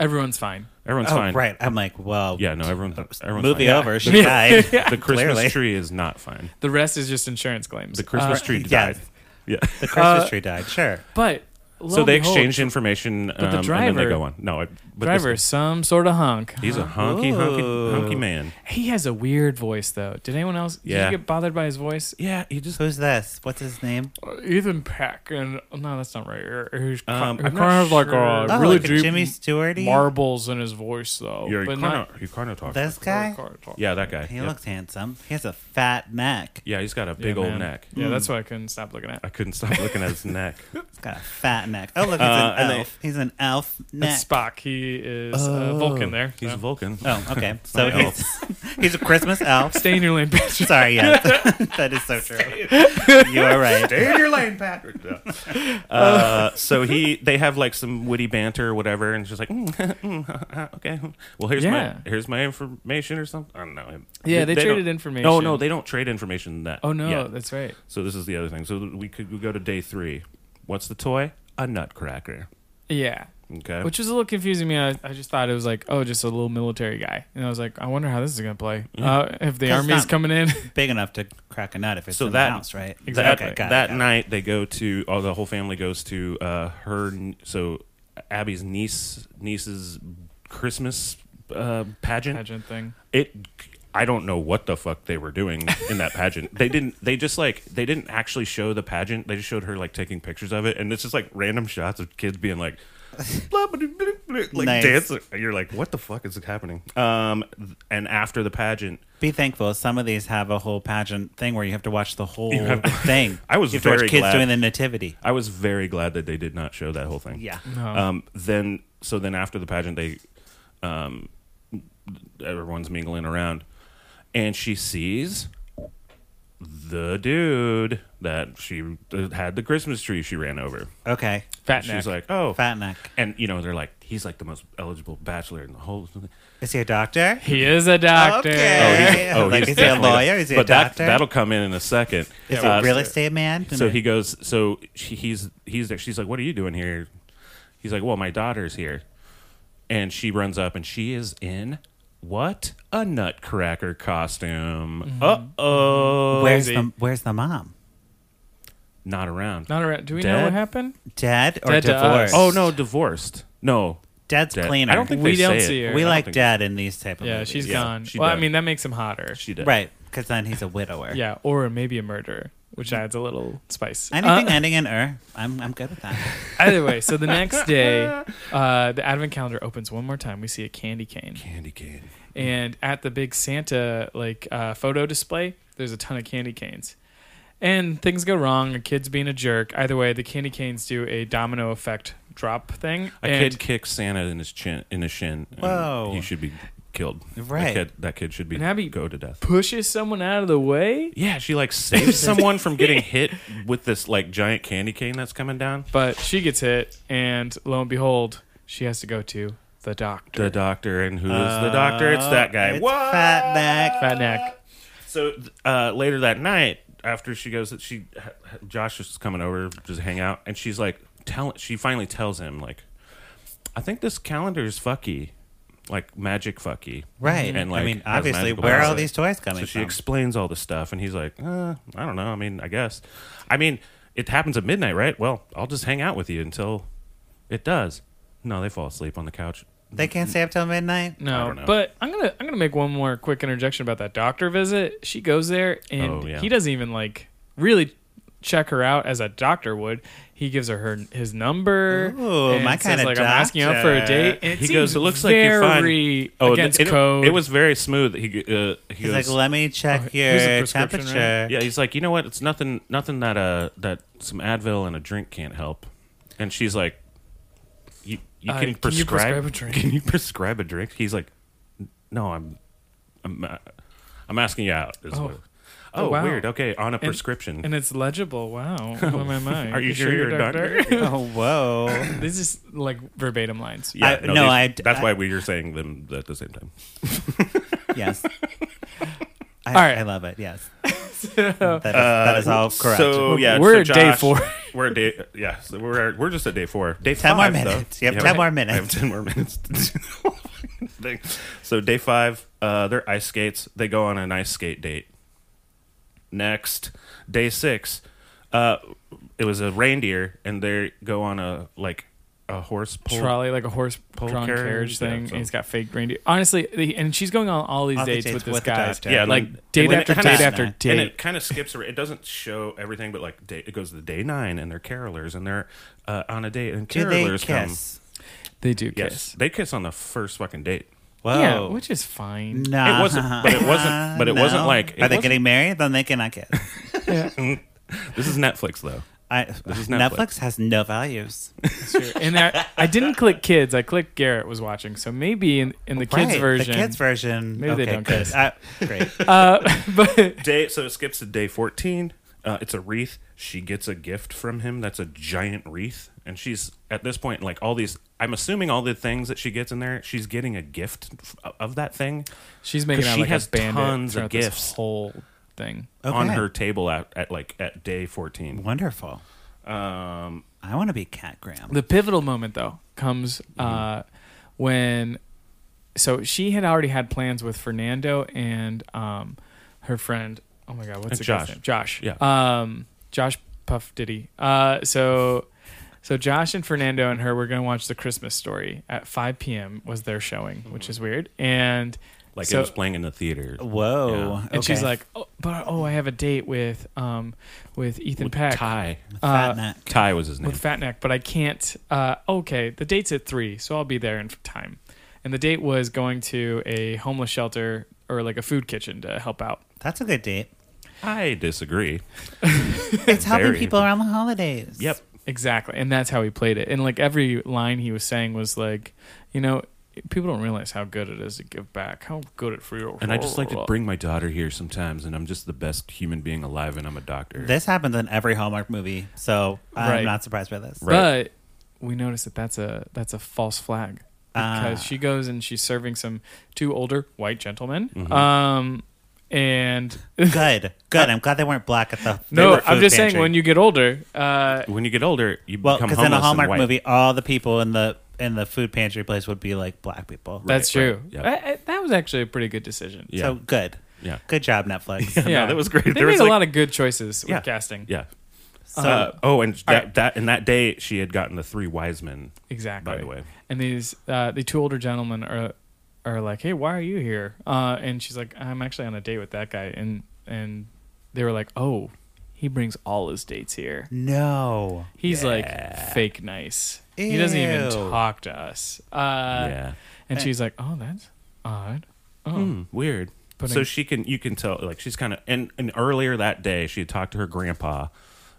Speaker 2: Everyone's fine.
Speaker 1: Everyone's
Speaker 3: oh,
Speaker 1: fine.
Speaker 3: right. I'm like, well,
Speaker 1: Yeah, no, everyone, everyone's
Speaker 3: movie
Speaker 1: fine.
Speaker 3: over. She died.
Speaker 1: The Christmas
Speaker 3: Clearly.
Speaker 1: tree is not fine.
Speaker 2: The rest is just insurance claims.
Speaker 1: The Christmas
Speaker 2: Uh,
Speaker 1: tree
Speaker 3: yeah.
Speaker 1: died. Yeah. Uh,
Speaker 3: The Christmas tree died. Sure.
Speaker 2: but lo
Speaker 1: so
Speaker 2: and
Speaker 1: they
Speaker 2: behold,
Speaker 1: exchange information,
Speaker 2: the
Speaker 1: um, and then they
Speaker 2: driver-
Speaker 1: go on. No, I, but this-
Speaker 2: driver, some sort of hunk.
Speaker 1: he's a honky, honky, honky man.
Speaker 2: He has a weird voice though. Did anyone else?
Speaker 1: Yeah.
Speaker 2: Did you get bothered by his voice?
Speaker 1: Yeah, he just.
Speaker 3: Who's this? What's his name?
Speaker 2: Uh, Ethan Peck and no, that's not right. Or- or He's ki-
Speaker 1: Um,
Speaker 2: he
Speaker 1: I'm
Speaker 2: kind
Speaker 1: not
Speaker 2: of like
Speaker 1: sure.
Speaker 2: a
Speaker 3: Oh,
Speaker 2: really
Speaker 3: like a
Speaker 2: deep
Speaker 3: Jimmy Stewart.
Speaker 2: marbles in his voice though.
Speaker 1: Oh, You're
Speaker 2: but
Speaker 1: kind
Speaker 2: not
Speaker 1: of. You kind of talk.
Speaker 3: This guy.
Speaker 1: Yeah, that guy.
Speaker 3: He
Speaker 1: yeah.
Speaker 3: looks handsome. He has a fat neck.
Speaker 1: Yeah, he's got a big
Speaker 2: Yeah,
Speaker 1: old
Speaker 2: man.
Speaker 1: neck.
Speaker 2: Yeah, that's
Speaker 3: Hmm.
Speaker 2: why I couldn't stop looking at.
Speaker 1: I couldn't stop looking at his neck.
Speaker 3: He's got a fat neck. Oh look, it's
Speaker 1: Uh,
Speaker 3: an
Speaker 1: and they-
Speaker 3: elf. He's an elf neck.
Speaker 2: That's Spock. He is uh, Vulcan. There.
Speaker 1: He's
Speaker 2: so.
Speaker 1: Vulcan.
Speaker 3: oh, okay. So
Speaker 1: an
Speaker 3: he's he's a Christmas elf.
Speaker 2: Stay in your lane, bitch.
Speaker 3: Sorry, yes. that is so true. You are right.
Speaker 1: Stay in your lane, Patrick. uh, so he, they have like some witty banter or whatever, and she's like, mm, mm, okay, well here's
Speaker 2: Yeah.
Speaker 1: my here's my information or something. I don't know.
Speaker 2: Yeah, they traded
Speaker 1: don't-
Speaker 2: information.
Speaker 1: No, no, they don't trade information. That
Speaker 2: Oh no,
Speaker 1: yeah.
Speaker 2: that's right.
Speaker 1: So this is the other thing. So we could we go to day three. What's the toy? A nutcracker.
Speaker 2: Yeah.
Speaker 1: Okay.
Speaker 2: Which was a little confusing to me. I, I just thought it was like, oh, just a little military guy, and I was like, I wonder how this is gonna play. Uh, if the
Speaker 3: That's
Speaker 2: army's
Speaker 3: not-
Speaker 2: coming in,
Speaker 3: Big enough to crack a nut if it's
Speaker 1: So
Speaker 3: in
Speaker 1: that-
Speaker 3: the house, right?
Speaker 2: Exactly.
Speaker 3: Okay, got it,
Speaker 1: that
Speaker 3: got it.
Speaker 1: night they go to all the whole family goes to uh her n- so Abby's niece niece's Christmas uh pageant.
Speaker 2: pageant thing.
Speaker 1: It I don't know what the fuck they were doing in that pageant. they didn't they just like they didn't actually show the pageant. They just showed her like taking pictures of it and it's just like random shots of kids being like blah, blah, blah, blah, blah, like
Speaker 3: Nice.
Speaker 1: dancing. You're like what the fuck is happening? Um and after the pageant
Speaker 3: Be thankful. Some of these have a whole pageant thing where you have to watch the whole
Speaker 1: have to-
Speaker 3: thing.
Speaker 1: I was
Speaker 3: you have to watch
Speaker 1: very
Speaker 3: kids
Speaker 1: glad.
Speaker 3: doing the nativity.
Speaker 1: I was very glad that they did not show that whole thing.
Speaker 3: Yeah.
Speaker 1: Um, then so then after the pageant, they um, everyone's mingling around, and she sees the dude that she uh, had the Christmas tree she ran over.
Speaker 3: Okay.
Speaker 2: Fat neck.
Speaker 1: She's like, oh,
Speaker 3: Fat neck.
Speaker 1: and you know they're like, he's like the most eligible bachelor in the whole.
Speaker 3: Is he a doctor?
Speaker 2: he is a doctor.
Speaker 1: Oh,
Speaker 3: Okay.
Speaker 1: he's, oh,
Speaker 3: Like,
Speaker 1: he's
Speaker 3: is he a
Speaker 1: definitely-
Speaker 3: lawyer? Is he a
Speaker 1: but that-
Speaker 3: doctor?
Speaker 1: that'll come in in a second.
Speaker 3: Is
Speaker 1: Uh,
Speaker 3: he a real estate man?
Speaker 1: so he goes so she, he's he's there she's like what are you doing here he's like well my daughter's here and she runs up and she is in what a nutcracker costume uh-oh
Speaker 3: where's
Speaker 2: he?
Speaker 3: the where's the mom?
Speaker 1: not around
Speaker 2: Not around. Do we know
Speaker 1: Dead?
Speaker 2: what happened?
Speaker 3: Dead or
Speaker 2: Dead to us.
Speaker 3: divorced?
Speaker 1: oh no divorced no
Speaker 3: Dad's
Speaker 1: dead.
Speaker 3: cleaner.
Speaker 1: i don't think
Speaker 2: We
Speaker 1: they
Speaker 2: don't
Speaker 1: say
Speaker 2: see
Speaker 1: it.
Speaker 2: her.
Speaker 1: I
Speaker 3: we
Speaker 1: don't
Speaker 3: like
Speaker 1: think-
Speaker 3: dad in these type of
Speaker 2: Yeah,
Speaker 3: movies.
Speaker 2: she's
Speaker 1: Yeah,
Speaker 2: gone.
Speaker 1: she
Speaker 2: well, I
Speaker 1: died.
Speaker 2: mean, that makes him hotter.
Speaker 1: she did
Speaker 3: right because then he's a widower.
Speaker 2: Yeah, or maybe a murderer, which adds a little spice.
Speaker 3: Anything
Speaker 2: Uh,
Speaker 3: ending in er, I'm I'm good with that.
Speaker 2: either way, so the next day, uh, the advent calendar opens one more time. We see a candy cane,
Speaker 1: candy cane
Speaker 2: and at the big Santa like uh, photo display, there's a ton of candy canes. And things go wrong. A kid's being a jerk. Either way, the candy canes do a domino effect drop thing.
Speaker 1: a
Speaker 2: and
Speaker 1: kid kicks santa in his chin in his shin and
Speaker 3: Whoa.
Speaker 1: he should be killed That
Speaker 3: Right.
Speaker 1: kid- that kid should be
Speaker 2: And Abby-
Speaker 1: go to death
Speaker 2: pushes someone out of the way.
Speaker 1: Yeah, she like saves someone from getting hit with this like giant candy cane that's coming down.
Speaker 2: But she gets hit, and lo and behold, she has to go to the doctor.
Speaker 1: The doctor, and who is the doctor? It's that guy.
Speaker 3: Oh, It's
Speaker 1: What?
Speaker 3: Fat neck.
Speaker 2: Fat neck.
Speaker 1: So uh, later that night, after she goes, she Josh is coming over just to hang out, and she's like, tell. She finally tells him like, I think this calendar is fucky, like magic fucky,
Speaker 3: Right.
Speaker 1: And,
Speaker 3: I
Speaker 1: like,
Speaker 3: mean,
Speaker 1: has
Speaker 3: obviously,
Speaker 1: magical
Speaker 3: where are all
Speaker 1: powers.
Speaker 3: these toys coming
Speaker 1: So she
Speaker 3: from?
Speaker 1: explains all this stuff, and he's like, uh, I don't know. I mean, I guess. I mean, it happens at midnight, right? Well, I'll just hang out with you until it does. No, they fall asleep on the couch.
Speaker 3: they can't stay up till midnight.
Speaker 1: I
Speaker 2: No,
Speaker 1: don't know.
Speaker 2: but I'm gonna I'm gonna make one more quick interjection about that doctor visit. She goes there and
Speaker 1: Oh, yeah.
Speaker 2: he doesn't even like really check her out as a doctor would. He gives her, her his number.
Speaker 1: Oh,
Speaker 3: Ooh,
Speaker 2: and
Speaker 3: my
Speaker 2: says,
Speaker 3: kinda
Speaker 2: like I'm asking out for a
Speaker 3: doctor.
Speaker 2: date. And it
Speaker 1: he goes,
Speaker 2: seems
Speaker 1: "It looks like you're fine."
Speaker 2: very
Speaker 1: th-
Speaker 2: against
Speaker 1: it,
Speaker 2: Oh, code.
Speaker 1: It was very smooth. He, uh, he
Speaker 3: He's
Speaker 1: goes,
Speaker 3: like, let me check
Speaker 2: Oh, here's a
Speaker 3: your
Speaker 2: prescription, right?
Speaker 3: temperature.
Speaker 1: Yeah, he's like, you know what? It's nothing, nothing that uh that some Advil and a drink can't help. And she's like, you you
Speaker 2: Uh,
Speaker 1: can,
Speaker 2: can you
Speaker 1: prescribe,
Speaker 2: prescribe a drink?
Speaker 1: Can you prescribe a drink? He's like, no, I'm, I'm, uh, I'm asking you out. Is
Speaker 2: Oh.
Speaker 1: what-
Speaker 2: Oh,
Speaker 1: oh,
Speaker 2: wow.
Speaker 1: weird. Okay, on a prescription.
Speaker 2: and it's legible. Wow, blew my mind.
Speaker 1: Are you sure you're a doctor?
Speaker 3: Oh, whoa.
Speaker 2: this is like verbatim lines.
Speaker 1: yeah,
Speaker 3: I-
Speaker 1: no,
Speaker 3: no,
Speaker 1: these-
Speaker 3: I-
Speaker 1: that's
Speaker 3: I-
Speaker 1: why we were saying them at the same time.
Speaker 3: yes. I,
Speaker 2: All right.
Speaker 3: I love it. Yes.
Speaker 1: Mm.
Speaker 3: that, is, Uh, that is all correct.
Speaker 1: Uh, So yeah,
Speaker 2: We're
Speaker 1: so
Speaker 2: at day
Speaker 1: Josh-
Speaker 2: four.
Speaker 1: We're at day yeah. So we're we're just at day four. Day
Speaker 3: Ten more
Speaker 1: five, though.
Speaker 3: minutes. You have
Speaker 1: Yeah,
Speaker 3: ten
Speaker 1: right.
Speaker 3: more
Speaker 1: I have
Speaker 3: minutes.
Speaker 1: ten more minutes. to do the whole fucking thing. so day five, uh, they're ice skates. They go on an ice skate date. Next day six, uh, it was a reindeer, and they go on a like a horse pull.
Speaker 2: trolley, like a horse
Speaker 1: Pole
Speaker 2: drawn
Speaker 1: carriage,
Speaker 2: carriage,
Speaker 1: yeah,
Speaker 2: thing.
Speaker 1: so-
Speaker 2: and he's got fake reindeer. Honestly, the- and she's going on all these
Speaker 3: All these
Speaker 2: dates, with this
Speaker 3: the
Speaker 2: guy.
Speaker 3: doctor.
Speaker 1: Yeah,
Speaker 2: like
Speaker 1: and then-
Speaker 2: date
Speaker 1: and
Speaker 2: after
Speaker 1: it kinda-
Speaker 2: date after date.
Speaker 1: And it kind of skips. ar- It doesn't show everything, but like day, it goes to day nine, and they're carolers, and they're uh, on a date, and
Speaker 3: Do they
Speaker 1: carolers come.
Speaker 3: kiss?
Speaker 2: They do
Speaker 1: Yes, Oh.
Speaker 2: kiss.
Speaker 1: they kiss on the first fucking date.
Speaker 3: Whoa.
Speaker 2: Yeah, which is fine.
Speaker 3: Nah.
Speaker 1: It wasn't- but it wasn't- but it wasn't like- it
Speaker 3: Are they
Speaker 1: wasn't-
Speaker 3: getting married? Then they cannot kiss.
Speaker 2: Yeah.
Speaker 1: This is Netflix though.
Speaker 3: I,
Speaker 1: is
Speaker 3: Netflix.
Speaker 1: Netflix.
Speaker 3: has no values.
Speaker 2: That's true. And I, I didn't click kids. I clicked Garrett was watching. So maybe in, in the kids
Speaker 3: Right,
Speaker 2: version.
Speaker 3: The kids version.
Speaker 2: Maybe they
Speaker 3: okay,
Speaker 2: don't
Speaker 3: good.
Speaker 2: kiss.
Speaker 3: I- great.
Speaker 2: uh, but
Speaker 1: Day so it skips to day fourteen. Uh, it's a wreath. She gets a gift from him. That's a giant wreath, and she's at this point like all these. I'm assuming all the things that she gets in there, she's getting a gift f- of that thing
Speaker 2: she's making
Speaker 1: 'Cause
Speaker 2: out
Speaker 1: she
Speaker 2: like
Speaker 1: has
Speaker 2: a bandit
Speaker 1: tons of
Speaker 2: throughout this
Speaker 1: gifts.
Speaker 2: whole thing.
Speaker 1: on
Speaker 3: Okay.
Speaker 1: her table at, at like at day fourteen.
Speaker 3: Wonderful.
Speaker 1: Um,
Speaker 3: I want to be Cat Graham.
Speaker 2: The pivotal moment though comes
Speaker 1: Mm-hmm.
Speaker 2: uh, when so she had already had plans with Fernando and um, her friend. Oh my god, what's
Speaker 1: And
Speaker 2: the
Speaker 1: Josh.
Speaker 2: guy's name? Josh.
Speaker 1: Yeah.
Speaker 2: Um, Josh Puff Diddy. Uh, so so Josh and Fernando and her were going to watch The Christmas Story at 5 p.m. was their showing, which is weird. And
Speaker 1: Mm-hmm. like
Speaker 2: so,
Speaker 1: it was playing in the theater.
Speaker 3: Whoa.
Speaker 1: Yeah.
Speaker 2: and she's
Speaker 3: Okay.
Speaker 2: like, oh, but oh, I have a date with um with Ethan
Speaker 1: With
Speaker 2: Peck.
Speaker 1: Ty.
Speaker 2: uh,
Speaker 3: Fat neck.
Speaker 1: Ty was his name.
Speaker 2: with Fat Neck, but I can't. Uh, okay, the date's at three, so I'll be there in time. And the date was going to a homeless shelter or like a food kitchen to help out.
Speaker 3: That's a good date.
Speaker 1: I disagree.
Speaker 3: It's helping
Speaker 1: Very.
Speaker 3: people around the holidays.
Speaker 1: Yep.
Speaker 2: Exactly, and that's how he played it. And like every line he was saying was like, you know, people don't realize how good it is to give back, how good it feels.
Speaker 1: And I just like to bring my daughter here sometimes, and I'm just the best human being alive, and I'm a doctor.
Speaker 3: This happens in every Hallmark movie, so I'm
Speaker 2: Right.
Speaker 3: not surprised by this.
Speaker 1: Right.
Speaker 2: But we notice that that's a that's a false flag because
Speaker 3: Ah.
Speaker 2: she goes and she's serving some two older white gentlemen.
Speaker 1: Mhm.
Speaker 2: Um, and
Speaker 3: Good, good. I'm glad they weren't black at the.
Speaker 2: No, I'm just saying when you get older, uh,
Speaker 1: when you get older, you
Speaker 3: Well,
Speaker 1: become
Speaker 3: because
Speaker 1: homeless
Speaker 3: in a
Speaker 1: and
Speaker 3: Hallmark
Speaker 1: white.
Speaker 3: movie, all the people in the in the food pantry place would be like black people.
Speaker 1: Right.
Speaker 2: that's true.
Speaker 1: yeah.
Speaker 2: I- I- that was actually a pretty good decision.
Speaker 1: Yeah,
Speaker 3: So good,
Speaker 1: yeah,
Speaker 3: good job Netflix.
Speaker 1: No, that was great.
Speaker 2: They
Speaker 1: There
Speaker 2: made
Speaker 1: was,
Speaker 2: a
Speaker 1: like-
Speaker 2: lot of good choices with
Speaker 1: Yeah.
Speaker 2: casting.
Speaker 1: yeah.
Speaker 3: So
Speaker 1: Uh, oh, and that,
Speaker 2: Um, right.
Speaker 1: that and that day she had gotten the three wise men.
Speaker 2: Exactly.
Speaker 1: By the way,
Speaker 2: And these uh, the two older gentlemen are are like, "Hey, why are you here?" Uh, and she's like, "I'm actually on a date with that guy." And and they were like, "Oh, he brings all his dates here.
Speaker 3: no,
Speaker 2: He's
Speaker 1: Yeah.
Speaker 2: like fake nice. He doesn't even
Speaker 3: Ew.
Speaker 2: talk to us." Uh,
Speaker 1: yeah, Eh.
Speaker 2: And she's like, "Oh, that's odd." Oh.
Speaker 1: Hmm, weird.
Speaker 2: Putting-
Speaker 1: so she can you can tell like she's kind of and, and earlier that day she had talked to her grandpa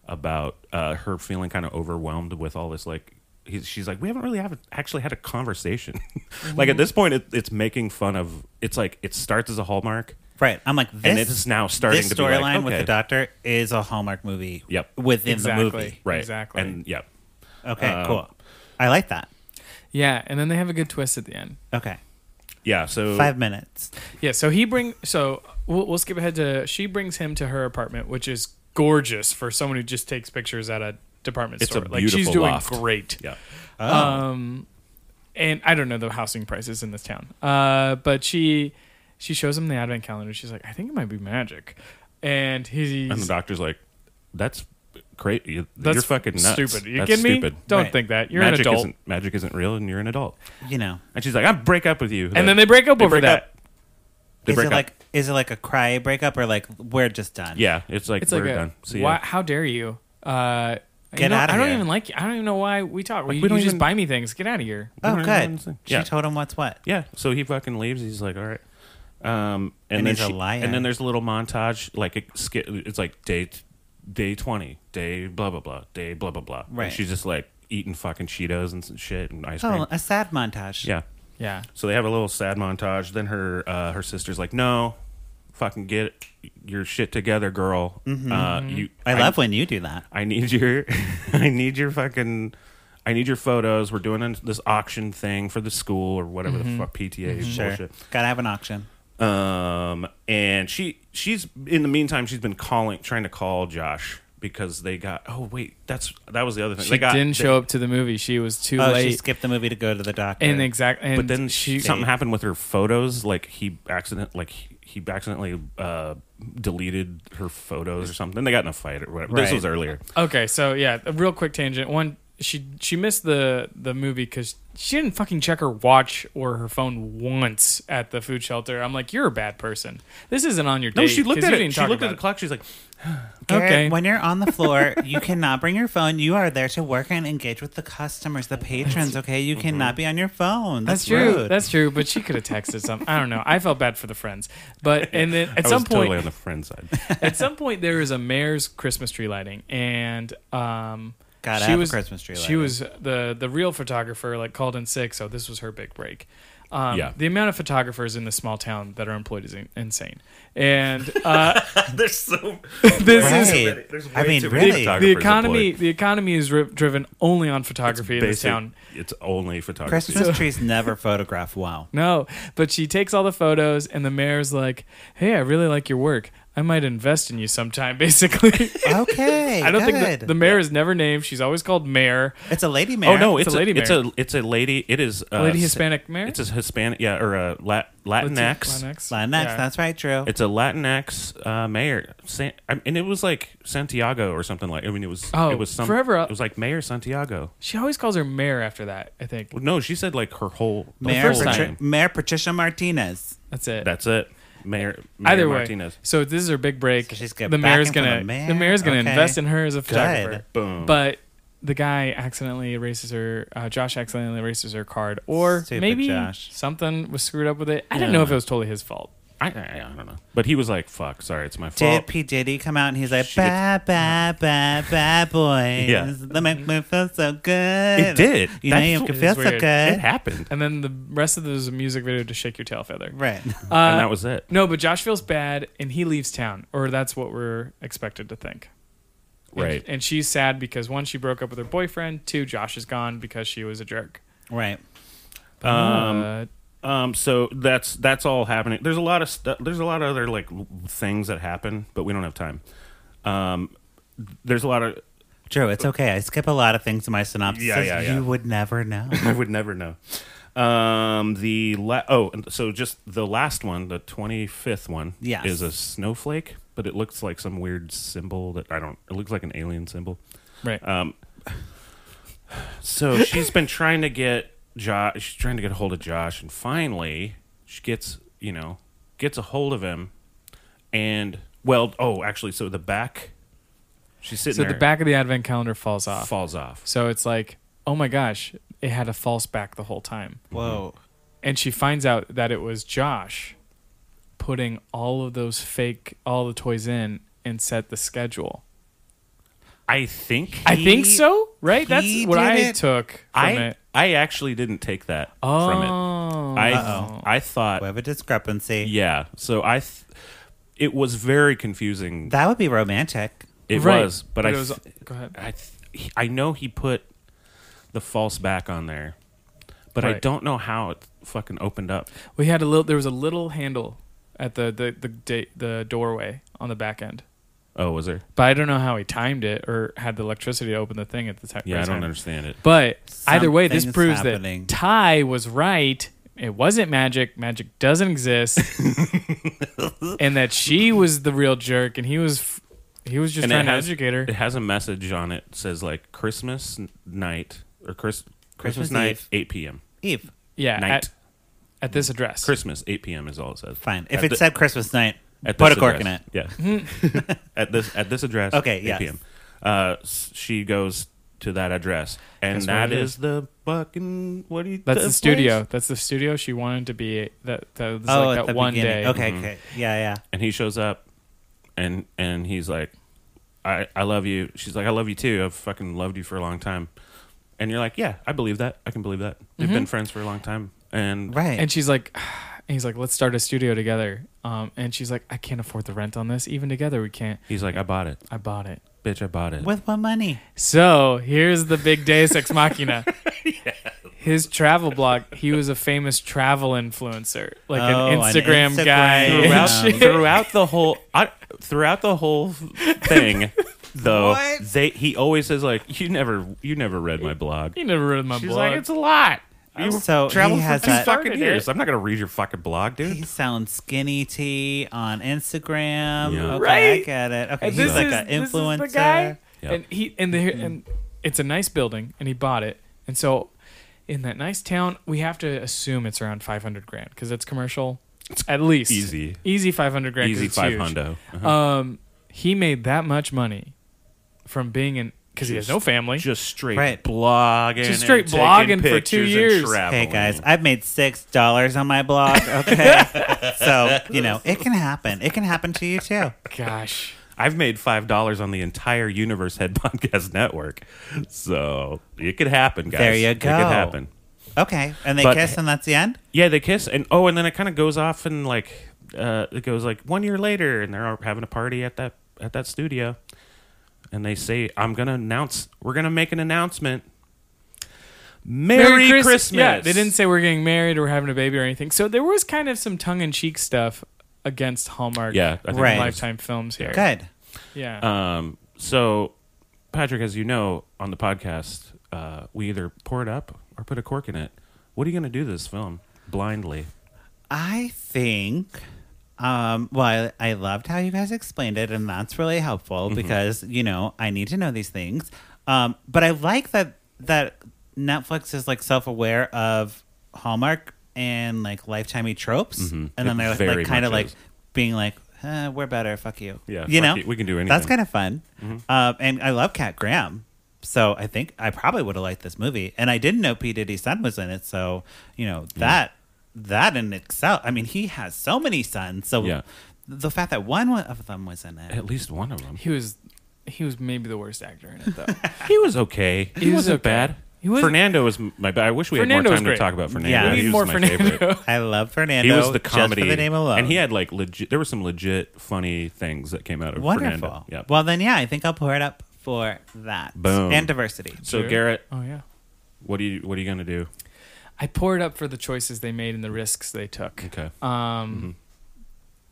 Speaker 1: about uh, her feeling kind of overwhelmed with all this like he's, she's like we haven't really have actually had a conversation like at this point it, it's making fun of it's like it starts as a hallmark
Speaker 3: right. I'm like this.
Speaker 1: and it is now starting
Speaker 3: this
Speaker 1: to be like,
Speaker 3: storyline with
Speaker 1: okay.
Speaker 3: the doctor is a Hallmark movie.
Speaker 1: Yep.
Speaker 3: within the
Speaker 2: Exactly.
Speaker 3: movie.
Speaker 1: right
Speaker 2: Exactly.
Speaker 1: and yeah
Speaker 3: Okay,
Speaker 1: Um,
Speaker 3: cool. I like that.
Speaker 2: Yeah, and then they have a good twist at the end.
Speaker 3: Okay,
Speaker 1: yeah. So
Speaker 3: Five minutes.
Speaker 2: Yeah, so he bring so we'll, we'll skip ahead to she brings him to her apartment, which is gorgeous for someone who just takes pictures at a department
Speaker 1: It's a
Speaker 2: store. like she's
Speaker 1: beautiful
Speaker 2: doing
Speaker 1: loft.
Speaker 2: great.
Speaker 1: yeah,
Speaker 2: Um, and I don't know the housing prices in this town. Uh, but she she shows him the advent calendar. She's like, I think it might be magic, and he's
Speaker 1: and the doctor's like, "That's great. You,
Speaker 2: that's
Speaker 1: you're fucking nuts.
Speaker 2: Stupid. You
Speaker 1: That's
Speaker 2: kidding me?
Speaker 1: stupid.
Speaker 2: Don't
Speaker 3: Right.
Speaker 2: think that. You're
Speaker 1: magic
Speaker 2: an adult.
Speaker 1: isn't magic isn't real, and you're an adult."
Speaker 3: You know,
Speaker 1: And she's like, "I break up with you."
Speaker 2: And then they break up
Speaker 1: they
Speaker 2: over
Speaker 1: break
Speaker 2: that.
Speaker 1: up. They
Speaker 3: is
Speaker 1: break up.
Speaker 3: it like is it like a cry breakup or like we're just done?
Speaker 1: yeah, it's like
Speaker 2: It's
Speaker 1: we're
Speaker 2: like a,
Speaker 1: done. See ya.
Speaker 2: why, how dare you? Uh,
Speaker 3: Get
Speaker 2: you know,
Speaker 3: outta
Speaker 2: I don't
Speaker 3: here.
Speaker 2: even like you. I don't even know why we talk.
Speaker 1: Like,
Speaker 2: you
Speaker 1: we don't
Speaker 2: you
Speaker 1: even-
Speaker 2: just buy me things. Get out of here.
Speaker 3: Oh,
Speaker 1: Yeah.
Speaker 3: good.
Speaker 1: Yeah.
Speaker 3: She told him what's what.
Speaker 1: Yeah. So he fucking leaves. He's like, all right. Um, and,
Speaker 3: And
Speaker 1: then
Speaker 3: he's a
Speaker 1: she-
Speaker 3: liar.
Speaker 1: And then there's a little montage, like it sk- it's like day, day twenty, day blah blah blah, day blah blah blah. And
Speaker 3: Right.
Speaker 1: she's just like eating fucking Cheetos and some shit and ice cream.
Speaker 3: Oh, a sad montage.
Speaker 1: yeah.
Speaker 2: Yeah.
Speaker 1: So they have a little sad montage. Then her uh, her sister's like, no, fucking get your shit together, girl. Uh, you,
Speaker 3: Mm-hmm. I love when you do that.
Speaker 1: I need your, I need your fucking, I need your photos. We're doing an- this auction thing for the school or whatever
Speaker 2: Mm-hmm.
Speaker 1: the fuck PTA
Speaker 3: Sure.
Speaker 1: bullshit.
Speaker 3: Gotta have an auction.
Speaker 1: Um, and she she's in the meantime she's been calling, trying to call Josh because they got. Oh wait, that's that was the other thing.
Speaker 2: She
Speaker 1: they got,
Speaker 2: didn't
Speaker 1: they-
Speaker 2: show up to the movie. She was too
Speaker 3: Oh,
Speaker 2: late.
Speaker 3: she skipped the movie to go to the doctor.
Speaker 2: and exactly.
Speaker 1: But then she,
Speaker 2: she.
Speaker 1: something happened with her photos. Like he accident, like he, he accidentally uh, deleted her photos or something. They got in a fight or whatever. This
Speaker 3: Right.
Speaker 1: was earlier.
Speaker 2: Okay, so yeah, a real quick tangent. One, she she missed the the movie because she didn't fucking check her watch or her phone once at the food shelter. I'm like, you're a bad person. This isn't on your date.
Speaker 1: No, she looked
Speaker 2: 'cause
Speaker 1: at
Speaker 2: you
Speaker 1: it.
Speaker 2: didn't
Speaker 1: She
Speaker 2: talk
Speaker 1: looked at
Speaker 2: about
Speaker 1: the clock. She's like,
Speaker 3: Garrett,
Speaker 2: okay.
Speaker 3: when you're on the floor, you cannot bring your phone. You are there to work and engage with the customers, the patrons. Okay, you cannot be on your phone.
Speaker 2: That's
Speaker 3: That's,
Speaker 2: true.
Speaker 3: rude.
Speaker 2: That's true. But she could have texted something. I don't know. I felt bad for the friends. But and then at
Speaker 1: I
Speaker 2: some
Speaker 1: was
Speaker 2: point,
Speaker 1: totally on the friend side.
Speaker 2: at some point there was a mayor's Christmas tree lighting, and um,
Speaker 3: Gotta
Speaker 2: she
Speaker 3: have a
Speaker 2: was
Speaker 3: Christmas tree
Speaker 2: She
Speaker 3: lighting.
Speaker 2: was the the real photographer, like called in sick, so this was her big break. Um,
Speaker 1: Yeah.
Speaker 2: The amount of photographers in this small town that are employed is in- insane, and uh,
Speaker 1: There's so
Speaker 2: this
Speaker 3: Right.
Speaker 2: is
Speaker 1: There's way
Speaker 3: I mean,
Speaker 1: too many
Speaker 3: really,
Speaker 1: photographers.
Speaker 2: the
Speaker 1: Photographers
Speaker 2: economy.
Speaker 1: employed.
Speaker 2: The economy is ri- driven only on photography in this
Speaker 1: basic-
Speaker 2: town.
Speaker 1: It's only photography.
Speaker 3: Christmas trees never photograph well.
Speaker 2: No, but she takes all the photos, and the mayor's like, "Hey, I really like your work. I might invest in you sometime." Basically,
Speaker 3: Okay,
Speaker 2: I don't
Speaker 3: good.
Speaker 2: think the, the mayor is never named. She's always called mayor.
Speaker 3: it's a lady mayor.
Speaker 1: Oh no, it's,
Speaker 2: It's a lady
Speaker 1: a, It's
Speaker 2: mayor.
Speaker 1: a it's a lady. It is uh,
Speaker 2: Lady
Speaker 1: s-
Speaker 2: Hispanic mayor?
Speaker 1: It's a Hispanic, yeah, or a Lat- Latinx.
Speaker 3: Latinx.
Speaker 2: Yeah.
Speaker 3: That's right, Drew.
Speaker 1: It's a Latinx uh, mayor, San- I- and it was like Santiago or something like. I mean, it was
Speaker 2: Oh,
Speaker 1: it was some,
Speaker 2: forever up-
Speaker 1: It was like Mayor Santiago.
Speaker 2: She always calls her mayor after that. I think
Speaker 1: Well, no, she said like her whole the
Speaker 3: mayor,
Speaker 1: whole
Speaker 2: first
Speaker 1: name.
Speaker 3: Patri- mayor Patricia Martinez.
Speaker 2: that's it.
Speaker 1: That's it, Mayor, mayor
Speaker 2: Either way,
Speaker 1: Martinez.
Speaker 2: so this is her big break.
Speaker 3: So she's get
Speaker 2: the mayor's
Speaker 3: backing from
Speaker 2: gonna
Speaker 3: the mayor?
Speaker 2: mayor's gonna
Speaker 3: Okay.
Speaker 2: invest in her as a photographer.
Speaker 1: Boom.
Speaker 2: But the guy accidentally erases her. Uh, Josh accidentally erases her card, or
Speaker 3: Stupid
Speaker 2: maybe
Speaker 3: Josh.
Speaker 2: something was screwed up with it. I didn't know if it was totally his fault.
Speaker 1: I, I, I don't know, but he was like, "Fuck, sorry, it's my
Speaker 3: Did
Speaker 1: fault."
Speaker 3: P Diddy come out and he's like,
Speaker 1: She
Speaker 3: "Bad, bad, bad, bad boys.
Speaker 1: Yeah.
Speaker 3: They make me feel so good."
Speaker 1: It did.
Speaker 3: You know,
Speaker 1: That's
Speaker 3: you
Speaker 1: what-
Speaker 3: can feel
Speaker 2: It's
Speaker 3: so
Speaker 2: weird.
Speaker 3: good.
Speaker 1: it happened,
Speaker 2: And then the rest of this music video to shake your tail feather. Uh,
Speaker 3: Right.
Speaker 1: and that was it.
Speaker 2: No, but Josh feels bad and he leaves town, or that's what we're expected to think. And-
Speaker 1: Right.
Speaker 2: And she's sad because one, she broke up with her boyfriend. Two, Josh is gone because she was a jerk.
Speaker 3: Right.
Speaker 1: Um,
Speaker 2: Uh,
Speaker 1: Um, so that's that's all happening. There's a lot of stu- there's a lot of other like l- things that happen, but we don't have time. Um, there's a lot of
Speaker 3: Drew, it's okay. I skip a lot of things in my synopsis.
Speaker 1: Yeah, yeah, yeah.
Speaker 3: You would never know.
Speaker 1: I would never know. Um, the la- oh, and so just the last one, the twenty fifth one,
Speaker 3: Yes.
Speaker 1: is a snowflake, but it looks like some weird symbol that I don't. It looks like an alien symbol.
Speaker 2: right.
Speaker 1: Um, so she's been trying to get Josh. She's trying to get a hold of Josh, and finally she gets you know gets a hold of him. And well, oh, actually, so the back she's sitting
Speaker 2: so
Speaker 1: there.
Speaker 2: the back of the advent calendar falls off.
Speaker 1: falls off.
Speaker 2: So it's like, oh my gosh, it had a false back the whole time.
Speaker 3: Whoa.
Speaker 2: And she finds out that it was Josh putting all of those fake, all the toys in and set the schedule.
Speaker 1: I think
Speaker 2: I think so, right? That's
Speaker 3: he
Speaker 2: what
Speaker 3: did
Speaker 2: I
Speaker 3: it.
Speaker 2: took from
Speaker 1: I
Speaker 2: it.
Speaker 1: I actually didn't take that
Speaker 2: Oh,
Speaker 1: from it. I
Speaker 3: Uh-oh.
Speaker 1: I thought
Speaker 3: We have a discrepancy.
Speaker 1: yeah. So I th- it was very confusing.
Speaker 3: That would be romantic.
Speaker 1: it
Speaker 2: Right.
Speaker 1: was, but, I
Speaker 2: it was.
Speaker 1: th-
Speaker 2: Go ahead.
Speaker 1: I th- he- I know he put the false back on there, but I
Speaker 2: Right.
Speaker 1: don't know how it fucking opened up.
Speaker 2: We had a little. There was a little handle at the the the, da- the doorway on the back end,
Speaker 1: Oh, was there?
Speaker 2: but I don't know how he timed it or had the electricity to open the thing at the ti- right time.
Speaker 1: Yeah, I don't understand it.
Speaker 2: But either way, this
Speaker 3: Something's
Speaker 2: proves
Speaker 3: happening.
Speaker 2: that Ty was right. It wasn't magic. Magic doesn't exist, and that she was the real jerk, and he was f- he was just
Speaker 1: And it
Speaker 2: trying to
Speaker 1: has-
Speaker 2: educate her.
Speaker 1: It has a message on it says like Christmas n- night or Chris, Christmas,
Speaker 3: Christmas
Speaker 1: night,
Speaker 3: Eve.
Speaker 1: eight p.m.
Speaker 3: Eve.
Speaker 2: Yeah,
Speaker 1: night.
Speaker 2: at, at this address.
Speaker 1: Christmas eight p.m. is all it says.
Speaker 3: Fine. If
Speaker 1: At
Speaker 3: it
Speaker 1: the-
Speaker 3: said Christmas night,
Speaker 1: at
Speaker 3: put
Speaker 1: this
Speaker 3: a cork in
Speaker 1: address.
Speaker 3: it.
Speaker 1: Yeah. at this at this address.
Speaker 3: Okay,
Speaker 1: 8
Speaker 3: yes.
Speaker 1: PM. Uh, s- she goes to that address, and
Speaker 2: That's where
Speaker 1: that
Speaker 2: it
Speaker 1: is.
Speaker 2: is.
Speaker 1: the fucking what do you?
Speaker 2: That's the,
Speaker 1: place?
Speaker 2: studio. That's the studio she wanted to be. That that was
Speaker 3: oh,
Speaker 2: like
Speaker 3: at
Speaker 2: that
Speaker 3: the
Speaker 2: one
Speaker 3: beginning.
Speaker 2: day.
Speaker 1: Mm-hmm.
Speaker 3: Okay, okay. Yeah, yeah.
Speaker 1: And he shows up, and and he's like, I I love you. She's like, I love you too. I've fucking loved you for a long time. And you're like, yeah, I believe that. I can believe that. They've been friends for a long time, and
Speaker 3: Right.
Speaker 2: And she's like, and he's like, let's start a studio together. Um, and she's like, I can't afford the rent on this. Even together, we can't.
Speaker 1: he's like, I bought it,
Speaker 2: I bought it.
Speaker 1: bitch. I bought it.
Speaker 3: With what money?
Speaker 2: So here's the big Deus Ex Machina. His travel blog. He was a famous travel influencer, like
Speaker 3: Oh,
Speaker 2: an,
Speaker 3: an
Speaker 2: Instagram
Speaker 3: Instagram.
Speaker 2: guy. and
Speaker 1: throughout,
Speaker 2: shit.
Speaker 1: throughout the whole I, throughout the whole thing though
Speaker 3: What?
Speaker 1: they he always says like you never you never read my blog
Speaker 2: He never read my
Speaker 1: she's
Speaker 2: blog.
Speaker 1: like it's a lot you
Speaker 3: So he
Speaker 1: traveled
Speaker 3: has
Speaker 1: for two
Speaker 3: that-
Speaker 1: fucking
Speaker 2: Started
Speaker 1: years
Speaker 2: it.
Speaker 1: i'm not gonna read your fucking blog dude
Speaker 3: He's selling skinny tea on Instagram.
Speaker 1: Yeah.
Speaker 3: Okay, I
Speaker 2: Right.
Speaker 3: get it. Okay,
Speaker 2: And
Speaker 3: he's
Speaker 2: this
Speaker 3: like
Speaker 2: is-
Speaker 3: an
Speaker 2: this is the
Speaker 3: influencer.
Speaker 2: guy.
Speaker 1: Yep. Mm-hmm.
Speaker 2: And he and the and it's a nice building, and he bought it. And so, in that nice town, we have to assume it's around five hundred grand because it's commercial, at least
Speaker 1: easy.
Speaker 2: easy five hundred grand, 'cause
Speaker 1: easy
Speaker 2: it's
Speaker 1: five
Speaker 2: huge.
Speaker 1: hundo Uh-huh.
Speaker 2: Um, he made that much money from being in because he has no family.
Speaker 1: just straight
Speaker 3: Right.
Speaker 1: blogging
Speaker 2: Just straight
Speaker 1: and taking
Speaker 2: blogging for two
Speaker 1: pictures and
Speaker 2: years.
Speaker 1: traveling.
Speaker 3: Hey guys, I've made six dollars on my blog. Okay, so you know it can happen. It can happen to you too.
Speaker 2: Gosh.
Speaker 1: i've made five dollars on the entire universe head podcast network so it could happen guys
Speaker 3: There you
Speaker 1: it could
Speaker 3: go.
Speaker 1: happen
Speaker 3: Okay, and they
Speaker 1: But-
Speaker 3: kiss, and that's the end.
Speaker 1: Yeah, they kiss, and oh, and then it kind of goes off, and like uh, it goes like one year later, and they're all having a party at that at that studio, and they say, "I'm gonna announce, we're gonna make an announcement." Merry,
Speaker 2: Christ-
Speaker 1: Christmas!
Speaker 2: Yeah, they didn't say we're getting married or having a baby or anything. So there was kind of some tongue in cheek stuff against Hallmark
Speaker 1: Yeah, I think
Speaker 3: Right.
Speaker 2: and Lifetime films here.
Speaker 3: Good.
Speaker 2: Yeah.
Speaker 1: Um, so, Patrick, as you know on the podcast, uh, we either pour it up or put a cork in it. What are you gonna do to this film blindly?
Speaker 3: I think. Um, well, I, I loved how you guys explained it, and that's really helpful
Speaker 1: Mm-hmm.
Speaker 3: because you know I need to know these things. Um, but I like that that Netflix is like self aware of Hallmark and like Lifetimey tropes, and
Speaker 1: It
Speaker 3: then they're
Speaker 1: Mm-hmm. very
Speaker 3: like kind of
Speaker 1: much
Speaker 3: like
Speaker 1: is.
Speaker 3: being like, uh, "We're better, fuck you."
Speaker 1: Yeah,
Speaker 3: you
Speaker 1: fuck
Speaker 3: know,
Speaker 1: you, we can do
Speaker 3: That's
Speaker 1: anything.
Speaker 3: kind of fun,
Speaker 1: Mm-hmm.
Speaker 3: Um, and I love Cat Graham. So I think I probably would have liked this movie, and I didn't know P Diddy's son was in it. So you know that that in itself, I mean, he has so many sons. So
Speaker 1: Yeah.
Speaker 3: the fact that one of them was in it,
Speaker 1: At least one of them.
Speaker 2: he was he was maybe the worst actor in it though.
Speaker 1: He was okay. He,
Speaker 2: was
Speaker 1: wasn't
Speaker 2: okay.
Speaker 1: bad.
Speaker 2: He was-
Speaker 1: Fernando was my. I wish we
Speaker 2: Fernando
Speaker 1: had more time to
Speaker 2: was great.
Speaker 1: talk about Fernando.
Speaker 3: Yeah,
Speaker 1: he
Speaker 2: we need
Speaker 1: was
Speaker 2: more
Speaker 1: my
Speaker 2: Fernando.
Speaker 1: favorite.
Speaker 3: I love Fernando.
Speaker 1: He was the comedy,
Speaker 3: just for the name alone,
Speaker 1: and he had like legit. There were some legit funny things that came out of
Speaker 3: wonderful.
Speaker 1: Fernando. Yeah.
Speaker 3: Well, then yeah, I think I'll pour it up for that
Speaker 1: Boom.
Speaker 3: and diversity.
Speaker 1: so
Speaker 2: Sure.
Speaker 1: Garrett,
Speaker 2: Oh yeah.
Speaker 1: what are you what are you gonna do?
Speaker 2: I pour it up for the choices they made and the risks they took.
Speaker 1: Okay. Mm-hmm.
Speaker 2: Um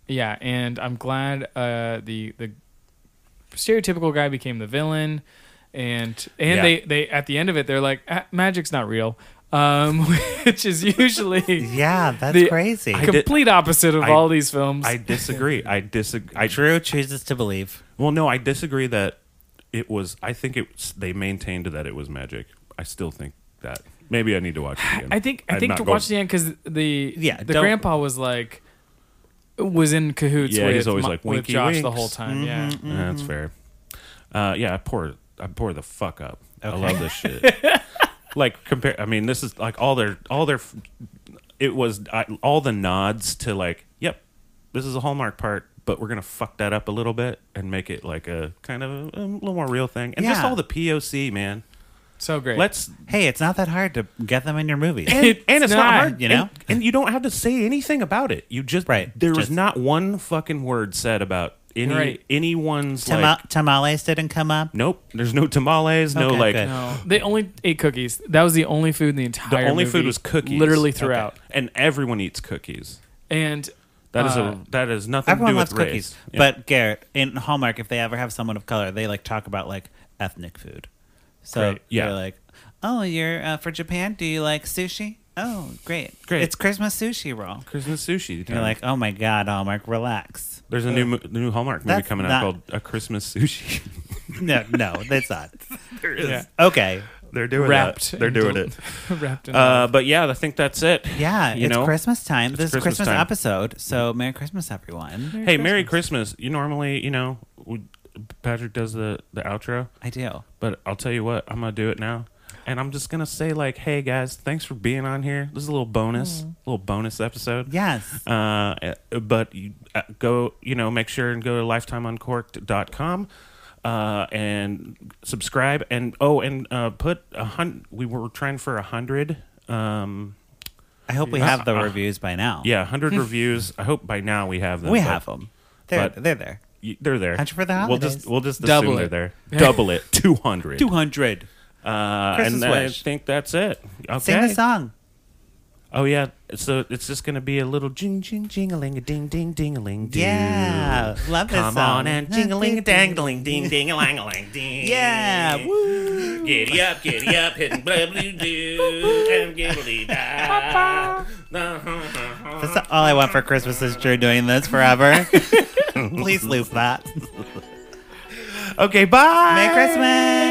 Speaker 2: Yeah, and I'm glad uh the the stereotypical guy became the villain and and
Speaker 1: Yeah.
Speaker 2: they they at the end of it they're like ah, magic's not real. Um which is usually
Speaker 3: Yeah, that's
Speaker 2: The-
Speaker 3: crazy.
Speaker 1: I- did-
Speaker 2: complete opposite of
Speaker 1: I-
Speaker 2: all these films.
Speaker 1: I disagree. I disagree. I
Speaker 3: Drew chooses to believe.
Speaker 1: well, no, I disagree that it was. I think it's they maintained that it was magic. I still think that. Maybe I need to watch it again.
Speaker 2: I think I
Speaker 1: I'm
Speaker 2: think
Speaker 1: not
Speaker 2: to
Speaker 1: going-
Speaker 2: watch the end because the
Speaker 3: Yeah,
Speaker 2: the
Speaker 3: don't-
Speaker 2: grandpa was like was in cahoots
Speaker 1: Yeah,
Speaker 2: with,
Speaker 1: he's always
Speaker 2: Ma-
Speaker 1: like,
Speaker 2: with
Speaker 1: "Winky
Speaker 2: Josh the
Speaker 1: winks." Mm-hmm.
Speaker 2: whole time. Yeah,
Speaker 1: Yeah, That's fair. Uh, yeah, I pour I pour the fuck up. I
Speaker 3: Okay.
Speaker 1: love this shit. like compare. I mean, this is like all their all their. It was I, all the nods to like, yep, this is a hallmark part, but we're gonna fuck that up a little bit and make it like a kind of a, a little more real thing, and just
Speaker 3: Yeah.
Speaker 1: all the POC man.
Speaker 2: so great.
Speaker 1: Let's
Speaker 3: Hey, it's not that hard to get them in your movies.
Speaker 1: and it's, and it's not,
Speaker 2: not,
Speaker 1: hard,
Speaker 3: you know?
Speaker 1: And, and you don't have to say anything about it. You just
Speaker 3: Right,
Speaker 1: There was
Speaker 3: just-
Speaker 1: not one fucking word said about any
Speaker 2: Right.
Speaker 1: anyone's
Speaker 3: Tama-
Speaker 1: like
Speaker 3: tamales didn't come up.
Speaker 1: nope. There's no tamales. no
Speaker 3: Okay,
Speaker 1: like
Speaker 3: good.
Speaker 2: No, they only ate cookies. That was the only food in the entire.
Speaker 1: only food
Speaker 2: movie,
Speaker 1: was cookies.
Speaker 2: literally
Speaker 1: Okay.
Speaker 2: throughout.
Speaker 1: and everyone eats cookies.
Speaker 2: And
Speaker 1: That is
Speaker 2: Uh,
Speaker 1: a that is nothing to
Speaker 3: Everyone
Speaker 1: do with
Speaker 3: loves
Speaker 1: race.
Speaker 3: cookies,
Speaker 1: Yeah.
Speaker 3: but Garrett in Hallmark, if they ever have someone of color, they like talk about like ethnic food. So
Speaker 1: Great, yeah.
Speaker 3: they're like, "Oh, you're uh, for Japan? Do you like sushi? Oh, great,
Speaker 1: Great.
Speaker 3: It's Christmas sushi roll."
Speaker 1: Christmas sushi.
Speaker 3: And you're like, "Oh my God, Hallmark, relax."
Speaker 1: there's a new mo- new Hallmark movie
Speaker 3: That's
Speaker 1: coming out
Speaker 3: not-
Speaker 1: called A Christmas Sushi.
Speaker 3: No, no, that's not
Speaker 1: there is.
Speaker 2: yeah,
Speaker 3: okay.
Speaker 1: They're doing
Speaker 2: wrapped.
Speaker 1: that. They're
Speaker 2: in
Speaker 1: doing
Speaker 2: del-
Speaker 1: it.
Speaker 2: wrapped in.
Speaker 1: Uh, but yeah, I think that's it.
Speaker 3: Yeah,
Speaker 1: You
Speaker 3: it's
Speaker 1: know?
Speaker 3: Christmas time. this
Speaker 1: Christmas
Speaker 3: is Christmas
Speaker 1: time.
Speaker 3: episode, so Merry Christmas, everyone.
Speaker 1: Hey, Merry Christmas. You normally, you know, we, Patrick does the the outro.
Speaker 3: I do.
Speaker 1: But I'll tell you what, I'm gonna do it now. And I'm just gonna say like, hey guys, thanks for being on here. This is a little bonus, little bonus episode.
Speaker 3: Yes.
Speaker 1: Uh, but you, uh, go, you know, make sure and go to lifetimeuncorked.com. Uh, and subscribe and oh and uh, put a hundred. We were trying for a hundred. Um,
Speaker 3: I hope we
Speaker 1: Uh,
Speaker 3: have the
Speaker 1: uh,
Speaker 3: reviews by now.
Speaker 1: yeah, a hundred reviews. I hope by now we have them.
Speaker 3: we
Speaker 1: but
Speaker 3: have them. They're,
Speaker 1: but-
Speaker 3: they're there.
Speaker 1: y- They're there.
Speaker 3: 100 for the
Speaker 1: We'll
Speaker 3: holidays.
Speaker 1: just we'll just
Speaker 2: Double
Speaker 1: assume
Speaker 2: it.
Speaker 1: they're there. Double it. Two hundred.
Speaker 3: 200.
Speaker 1: Uh,
Speaker 3: Christmas
Speaker 1: and I
Speaker 3: wish.
Speaker 1: think that's it. Okay.
Speaker 3: Sing the song.
Speaker 1: Oh yeah, so it's just gonna be a little jing jing jingling a ding ding dingling.
Speaker 3: Yeah. Love this
Speaker 1: Come
Speaker 3: song.
Speaker 1: on and jingling a dangling ding ding a lang ding.
Speaker 3: Yeah. Woo.
Speaker 1: Giddy up, giddy up, hitting blah blue doo and giddly da.
Speaker 3: That's all I want for Christmas is Drew doing this forever. Please loop that.
Speaker 1: Okay, bye.
Speaker 3: Merry Christmas.